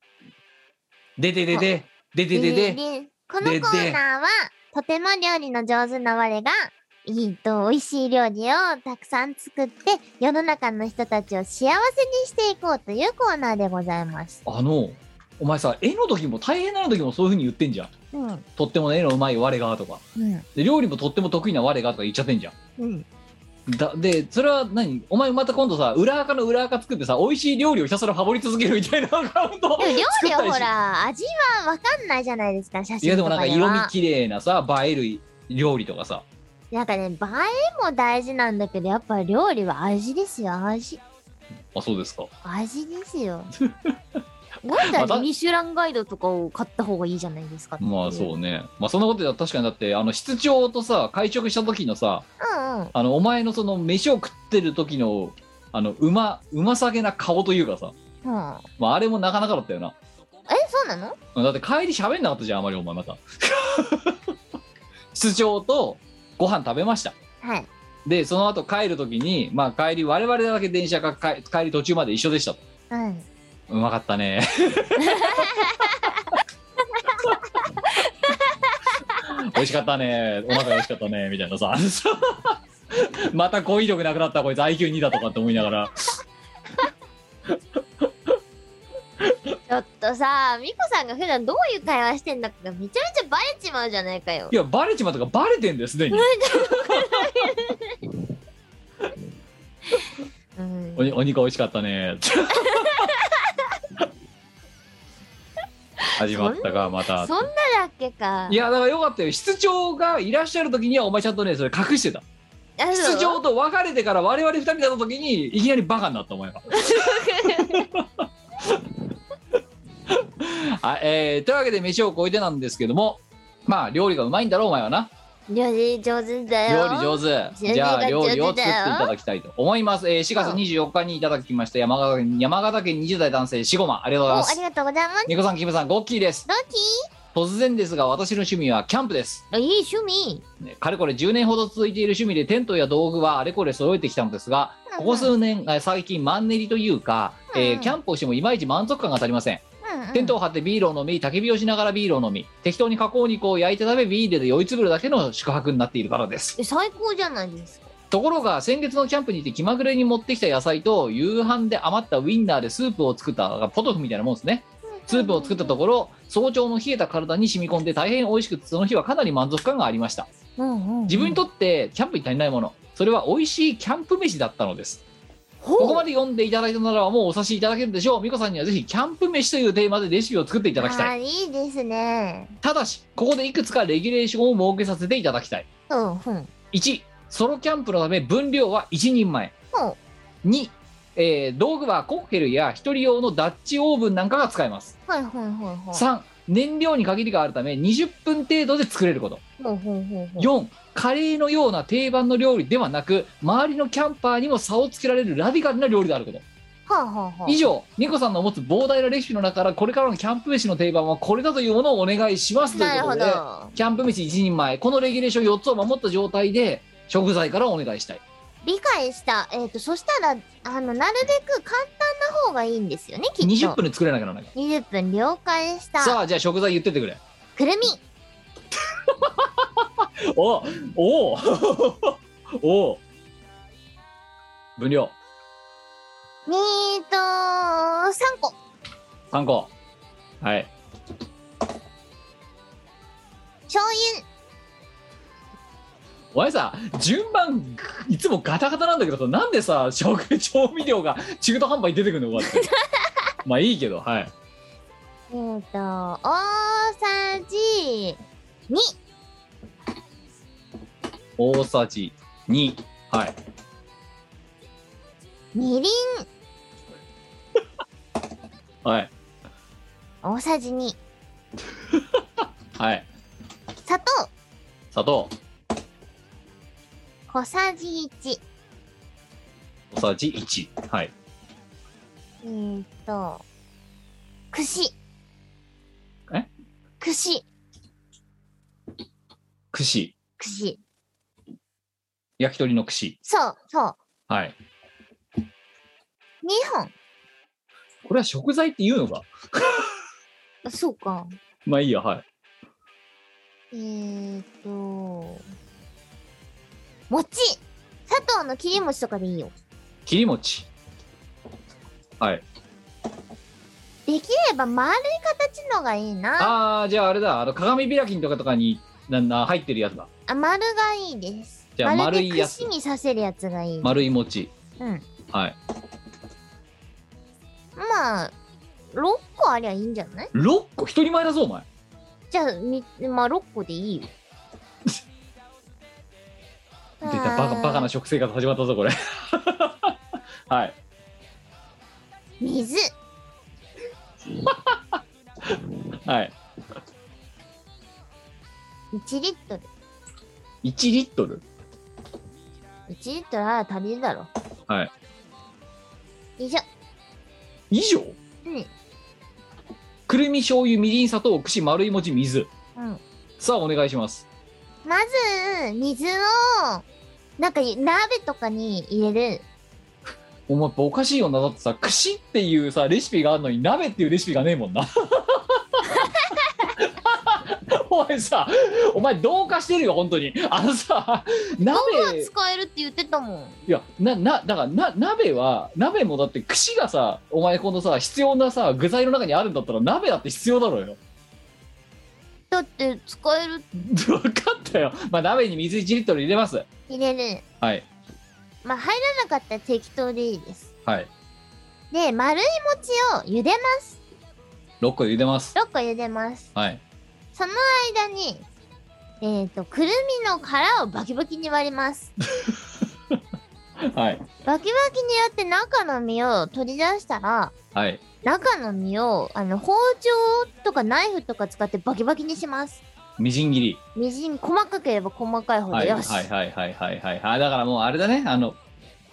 ででででででででこのコーナーはとても料理の上手な我がいいと美味しい料理をたくさん作って世の中の人たちを幸せにしていこうというコーナーでございます。あのお前さ絵の時も大変なの時もそういうふうに言ってんじゃんうんとってもね絵のうまい我がとかうんで料理もとっても得意な我がとか言っちゃってんじゃんうん、だでそれは何お前また今度さ裏垢の裏垢作ってさ美味しい料理をひたすらハモり続けるみたいなアカウントでも料理は 作ったりしほら味は分かんないじゃないですか写いや真でともなんかかで色味は。綺麗なさ映える料理とかさなんかね映えも大事なんだけどやっぱ料理は味ですよ味あそうですか味です よ。なんだまたよミシュランガイドとかを買った方がいいじゃないですかってい。まあそううねまあそんなことで確かにだってあの室長とさ会食した時のさうんうん。あのお前のその飯を食ってる時のあのうまうまさげな顔というかさ、うん、まあ、あれもなかなかだったよなえそうなのだって帰り喋んなかったじゃんあまりお前また 室長とご飯食べましたはい。でその後帰る時にまあ帰り我々だけ電車が帰帰り途中まで一緒でしたとうん。うまかっ たね美味しかったねお腹美味しかったねみたいなさ また語彙力なくなったこいつ IQ2 だとかって思いながらちょっとさ、ミコさんが普段どういう会話してんだかがめちゃめちゃバレちまうじゃないかよい。やバレちまったからバレてんですでにうんお。にお肉美味しかっ たね始まったかまたそんなだっけか。いやだからよかったよ室長がいらっしゃる時にはお前ちゃんとねそれ隠してたあ、そう室長と別れてから我々二人だった時にいきなりバカになったお前が あ、えーというわけで飯を超えてなんですけどもまあ料理がうまいんだろうお前はな料理上手だよ。料理上手手だよじゃあ料理を作っていただきたいと思います、えー4月24日にいただきました山形県山形県20代男性しごまありがお、とうございまあすりがとうございます。ニコさんキムさんゴッキーですロッキ突然ですが私の趣味はキャンプですーあ、いい趣味。ねかれこれ10年ほど続いている趣味でテントや道具はあれこれ揃えてきたのですがここ数年えー最近マンネリというか、えーうんキャンプをしてもいまいち満足感が足りませんうんうんテントを張ってビールを飲み焚き火をしながらビールを飲み適当に加工肉を焼いて食べビールで酔いつぶるだけの宿泊になっているからですえ最高じゃないですか。ところが先月のキャンプに行って気まぐれに持ってきた野菜と夕飯で余ったウインナーでスープを作ったポトフみたいなもんですねスープを作ったところ早朝の冷えた体に染み込んで大変美味しくその日はかなり満足感がありましたうんうんうん自分にとってキャンプに足りないものそれは美味しいキャンプ飯だったのですここまで読んでいただいたならばもうお察しいただけるでしょう美子さんにはぜひキャンプ飯というテーマでレシピを作っていただきたいあーいいですね。ただしここでいくつかレギュレーションを設けさせていただきたいうん、うん。 1ソロキャンプのため分量は1人前ほ2、えー道具はコッヘルや1人用のダッチオーブンなんかが使えますはいはいはいはい。 3燃料に限りがあるため20分程度で作れることほうほうほうほう。 4カレーのような定番の料理ではなく周りのキャンパーにも差をつけられるラディカルな料理であることはあはあはあ。以上ニコさんの持つ膨大なレシピの中からこれからのキャンプ飯の定番はこれだというものをお願いしますとないうるこほとどで。キャンプ飯1人前このレギュレーション4つを守った状態で食材からお願いしたい理解した。えっ、と、そしたら、あの、なるべく簡単な方がいいんですよね、きっと。 20分で作れなきゃならない20分了解した。さあじゃあ食材言ってってくれくるみ、おおお分量えーと、3個。 3個はい醤お前さ順番いつもガタガタなんだけどさなんでさ食調味料が中途半端に出てくるのこうやって まあいいけどはい油。えーと、大さじ2。大さじ2はいみりん、はい大さじ2。はい砂糖、砂糖小さじ1。小さじ1はいえーと、串。え串、串串。焼き鳥の串そう、そう。はい2本。これは食材って言うのかあそうか。まあいいやはいえーと、餅砂糖の切り餅とかでいいよ。切り餅できれば丸い形のがいいな。あああじゃああれだあの鏡開きのとかとかになんだ入ってるやつだ丸がいいです。じゃあ丸いでやつ串に刺せるやつがいい。丸い餅うん。はいまあ、6個ありゃいいんじゃない6個一人前だぞお前じゃあ、みまあ6個でいいよ。 出たバカバカな食生活始まったぞこれ はい水、はい1リットル。 1リットル1リットルあら足りるだろ。はい。以上。以上うん。くるみ醤油みりん砂糖串丸い餅水うん。さあお願いしますまず、水を、なんか、鍋とかに入れる。お前やっぱおかしいよなだってさ串っていうさレシピがあるのに鍋っていうレシピがねえもんな お前さお前同化してるよ本当にあのさ鍋使えるって言ってたもん。いやななだからな鍋は鍋もだって串がさお前このさ必要なさ具材の中にあるんだったら鍋だって必要だろうよだって、使える。分かったよまあ鍋に水1リットル入れます入れる。はいまあ、入らなかったら適当でいいです。はいで、丸い餅を茹でます。 6個茹でます6個茹でます。はいその間に、えっ、と、くるみの殻をバキバキに割ります。はいバキバキにやって中の実を取り出したら、はい中の実を、あの、包丁とかナイフとか使ってバキバキにします。みじん切りみじん細かければ細かいほどはいはよいし。はいはいはいはいはいだからもうあれだねあの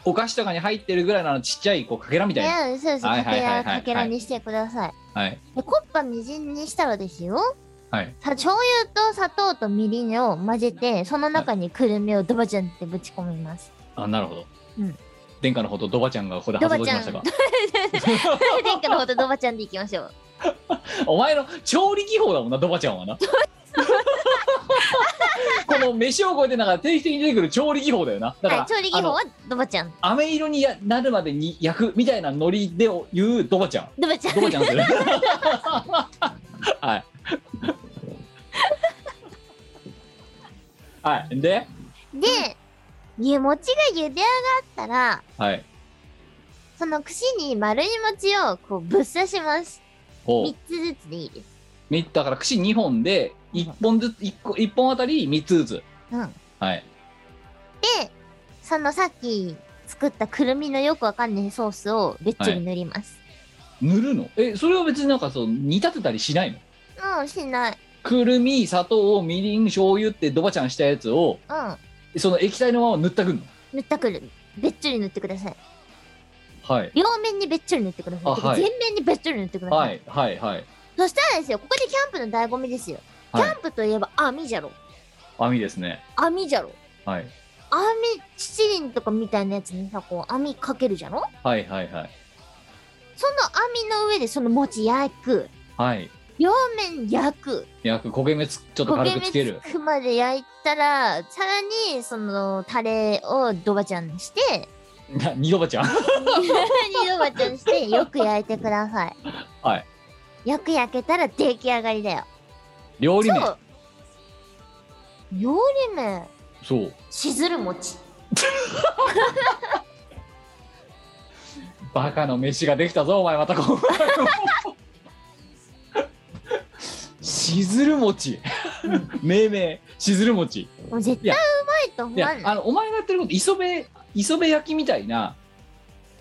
お菓子とかに入ってるぐらいのあのちっちゃいこうかけらみたいな、いやそうです。はいかはいけはいはいら、かけらにしてください。はいで、コッパみじんにしたらですよ。はいさ、醤油と砂糖とみりんを混ぜて、その中にくるみをドバちゃんってぶち込みます。あなるほど、うん、殿下のほどドバちゃんがここで発動しましたか殿下のほどドバちゃんでいきましょう。お前の調理技法だもんなドバちゃ んはなこの飯を超えてなんか定期的に出てくる調理技法だよなだから、はい、調理技あ法のはドバちゃん。飴色にやなるまでに焼くみたいなノリで言うドバちゃんドバちゃん。ドバはちゃんですよね はいはいでいで、湯餅が茹で上がったら、はいその串に丸い餅をこうぶっ刺します。ほ3うつずつでいいです。みだから串2本で1本ずつ 1, 個一本あたり3つずつうん。はいで、そのさっき作ったくるみのよくわかんないソースをべっちょり塗ります。塗るのえそれは別になんかその煮立てたりしないのうん、しない。くるみ砂糖みりん醤油ってドバちゃんしたやつをうん。その液体のまま塗ったくんの塗ったくるみ。べっちょり塗ってください。はい両面にべっちょり塗ってください。あはい全面にべっちょり塗ってください。はいはいはいそしたらですよ、ここでキャンプの醍醐味ですよ。キはいャンプといえば網じゃろ。網ですね網じゃろ。はい網、七輪とかみたいなやつにさ、こう網かけるじゃろはいはいはいその網の上でその餅焼く。はい両面焼く。焼く焦げ目つちょっと焦軽げく目つけるつくまで焼いたら、さらにそのタレをドバちゃんして、な 二度ばちゃん二度バちゃんしてよく焼いてください。はい。よく焼けたら出来上がりだよ。料理名そう。料理名、そうしずる餅。バカの飯ができたぞお前またこうしずる餅命名しずる餅もう絶対うまいとい思わやない。あのお前がやってること磯辺磯辺焼きみたいな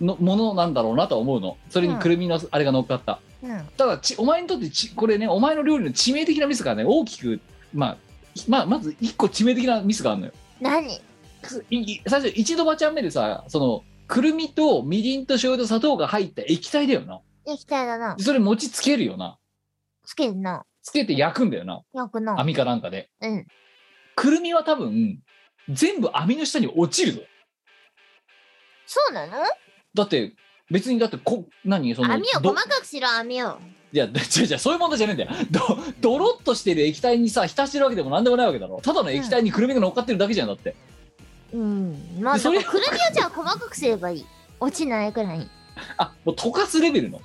のものなんだろうなとは思うのそれにくるみのあれが乗っかった、うん。ただちお前にとってちこれねお前の料理の致命的なミスがね大きくまあひまあ、まず一個致命的なミスがあるのよ何いい最初一度ばちゃん目でさそのくるみとみりんと醤油と砂糖が入った液体だよな液体だな。それ餅つけるよなつけるな。つけて焼くんだよな焼くな。網かなんかでうん。くるみは多分全部網の下に落ちるぞそうなのだって別にだってこ何その網をど細かくしろ、網を。いや、違 う違う、そういう問題じゃねえんだよ。ど、ドロッとしてる液体にさ、浸してるわけでもなんでもないわけだろ。ただの液体にくるみが乗っかってるだけじゃんだって。うん。まあ、そだれからくるみをじゃあ細かくすればいい。落ちないくらいに。あ、もう溶かすレベルの。そう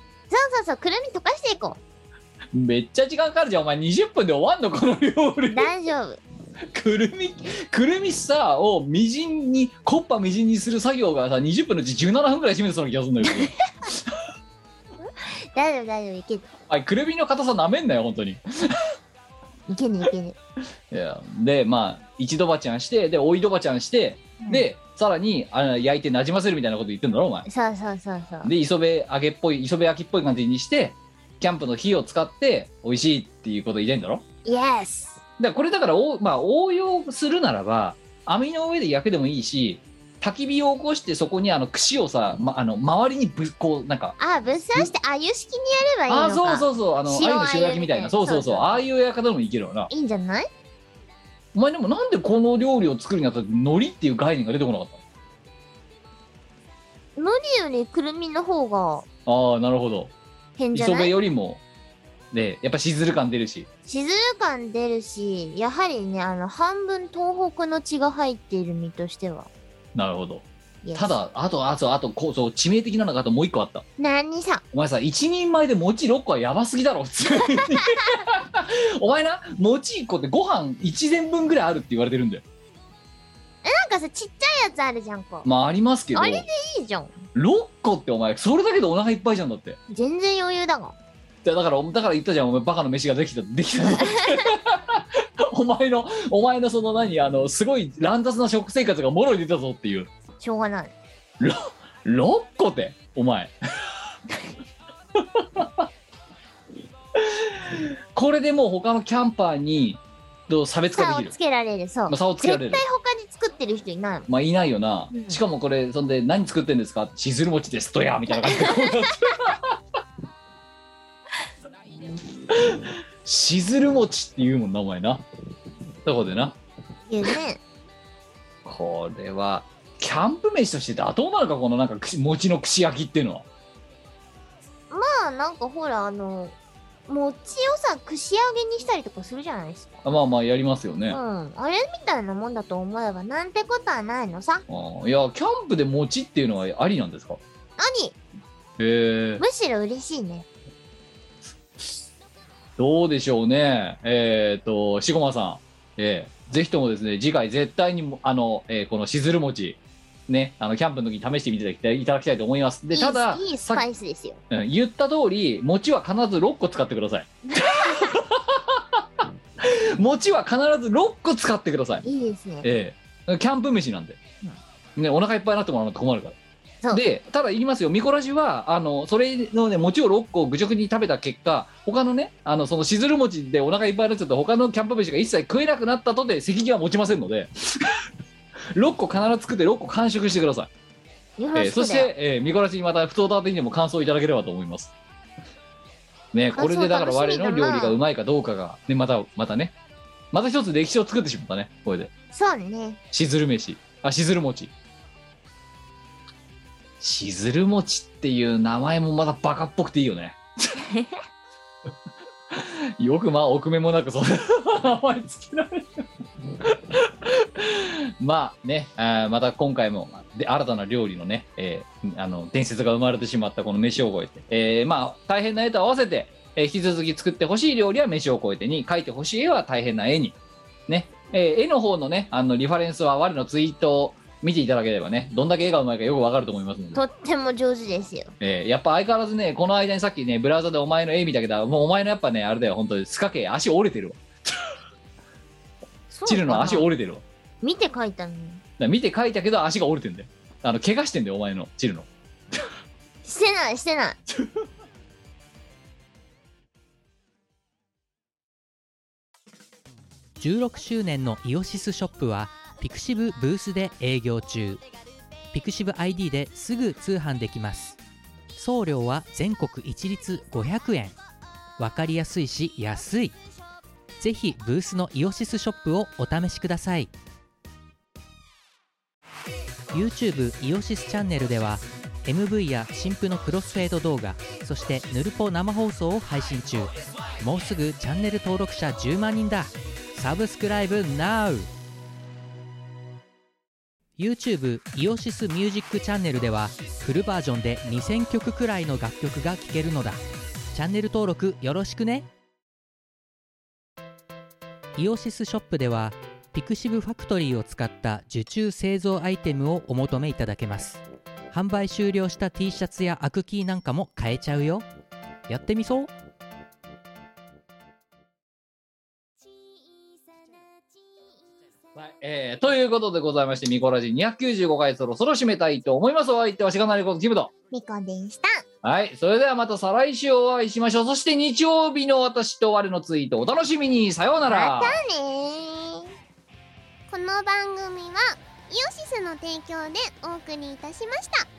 そうそう、くるみ溶かしていこめっちゃ時間かかるじゃん。お前20分で終わんのこの料う。理。大丈夫。くるみ、くるみさをみじんに、コッパみじんにする作業がさ、20分のうち17分くらい占めてそうな気がするんだけど。大丈夫、大丈夫。いける。はい、くるみの硬さなめんなよ、本当に。いけねいけね。いや、で、まあ、一度ばちゃんして、で、おいどばちゃんして、で、さらに、あの焼いてなじませるみたいなこと言ってんだろ、お前。そうそうそうそう。で磯辺揚げっぽい磯辺焼きっぽい感じにしてキャンプの火を使って美味しいっていうこと言いたいんだろだかイエスらこれだからお、まあ、応用するならば網の上で焼くでもいいし焚き火を起こしてそこにあの串をさ、ま、あの周りにぶこうなんかあ、ぶっ刺して、あ、湯式にやればいいのか。ああそうそうそうあの塩鮎の塩焼きみたいあゆみたいななそうそうそうそうそうああいう焼き方でもいけるわないいんじゃないお前でもなんでこの料理を作るにあたって海苔っていう概念が出てこなかった海苔よりくるみの方がのああなるほど変じゃ磯な辺いよりもでやっぱしずる感出るししずる感出るし、やはりね、あの、半分東北の血が入っている身としては。なるほど Yes た。だあとあとあとこうそう致命的なのがあともう一個あった何さ、お前さ一人前で餅6個はやばすぎだろ 普通にお前な餅1個ってご飯1膳分ぐらいあるって言われてるんだよなんかさ、ちっちゃいやつあるじゃんか。まあありますけどあれでいいじゃん。 6個ってお前それだけでお腹いっぱいじゃんだって全然余裕だが。だからだからだから言ったじゃんお前バカの飯ができたでき たってお前のお前のその何あのすごい乱雑な食生活がもろに出たぞっていうしょうがない。 6個ってお前 これでもう他のキャンパーにどう差別化差をできるつけられる、そうまあ。差をつけられる絶対他に作ってる人いないもん。まあいないよな、うんしかもこれそんで何作ってんですかしずる餅ですとやみたいな感じでこう なってしずる餅っていうもんなお前なとこでな 言うね。これはキャンプ飯として妥当なのかこのなんか串餅の串焼きっていうのはまあ、なんかほら、あの、餅をさ、串揚げにしたりとかするじゃないですか。あまあまあやりますよ ね、うん、あれみたいなもんだと思えばなんてことはないのさ。あーいやキャンプで餅っていうのはありなんですか何ええむしろ嬉しいね。どうでしょうねえっ、としごまさんええぜひともですね次回絶対にもあの、えーこのしずる餅ね、あのキャンプの時に試してみていただきたいと思います。で、ただいい、いいスさっパイスですよ。うん言った通り餅は必ず6個使ってくださ い餅は必ず6個使ってくださいいいですね。ええキャンプ飯なんで、ね、お腹いっぱいになってもらわないと困るかそらうでただ言いますよミコラジはあのそれのね餅を6個愚直に食べた結果他のねあのそのしずる餅でお腹いっぱいになっちゃった他のキャンプ飯が一切食えなくなったとて責任は持ちませんので 6個必ず作って6個完食してくださいよえろーしそくしだよ。て、えー、見殺しにまた不当だてにでも感想いただければと思います。ね感こ想れでだから楽我しみ々だのな料理がうまいかどうかが、ね、また、またね、また一つ歴史を作ってしまったね、これで。そうね。しずる飯、あ、しずる餅。しずる餅っていう名前もまだバカっぽくていいよね。よくまあ、奥目もなく そんな名前つけられる。 まあね、あーまた今回もで新たな料理のね、えーあの伝説が生まれてしまったこの飯を超えて、えーまあ大変な絵と合わせて、えー引き続き作ってほしい料理は飯を超えてに、描いてほしい絵は大変な絵に、ね、えー絵の方のね、あのリファレンスは我のツイートを見ていただければね、どんだけ絵がうまいかよくわかると思いますので。とっても上手ですよ。えーやっぱ相変わらずね、この間にさっきね、ブラウザでお前の絵見たけど、もうお前のやっぱね、あれだよ、本当に、スカ系足折れてるわ。チルの足折れてるわ。だか見て書いたのに。ら見て描いたけど足が折れてんだよ。あの、怪我してんだよ、お前の、チルの。してない、してない。 16周年のイオシスショップはピクシブブースで営業中ピクシブ ID ですぐ通販できます送料は全国一律500円わかりやすいし安いぜひブースのイオシスショップをお試しください YouTube イオシスチャンネルでは MV や新婦のクロスフェード動画そしてヌルポ生放送を配信中もうすぐチャンネル登録者10万人だサブスクライブ NOW!YouTube イオシスミュージックチャンネルではフルバージョンで2000曲くらいの楽曲が聴けるのだチャンネル登録よろしくねイオシスショップではピクシブファクトリーを使った受注製造アイテムをお求めいただけます販売終了した T シャツやアクキーなんかも買えちゃうよやってみそうはい、えーということでございまして、ミコラジ295回そろそろ締めたいと思います。お相手はしがなりことキムと。みこでした。はい、それではまた再来週お会いしましょう。そして日曜日の私と我のツイート、お楽しみに。さようなら。またねーこの番組はイオシスの提供でお送りいたしました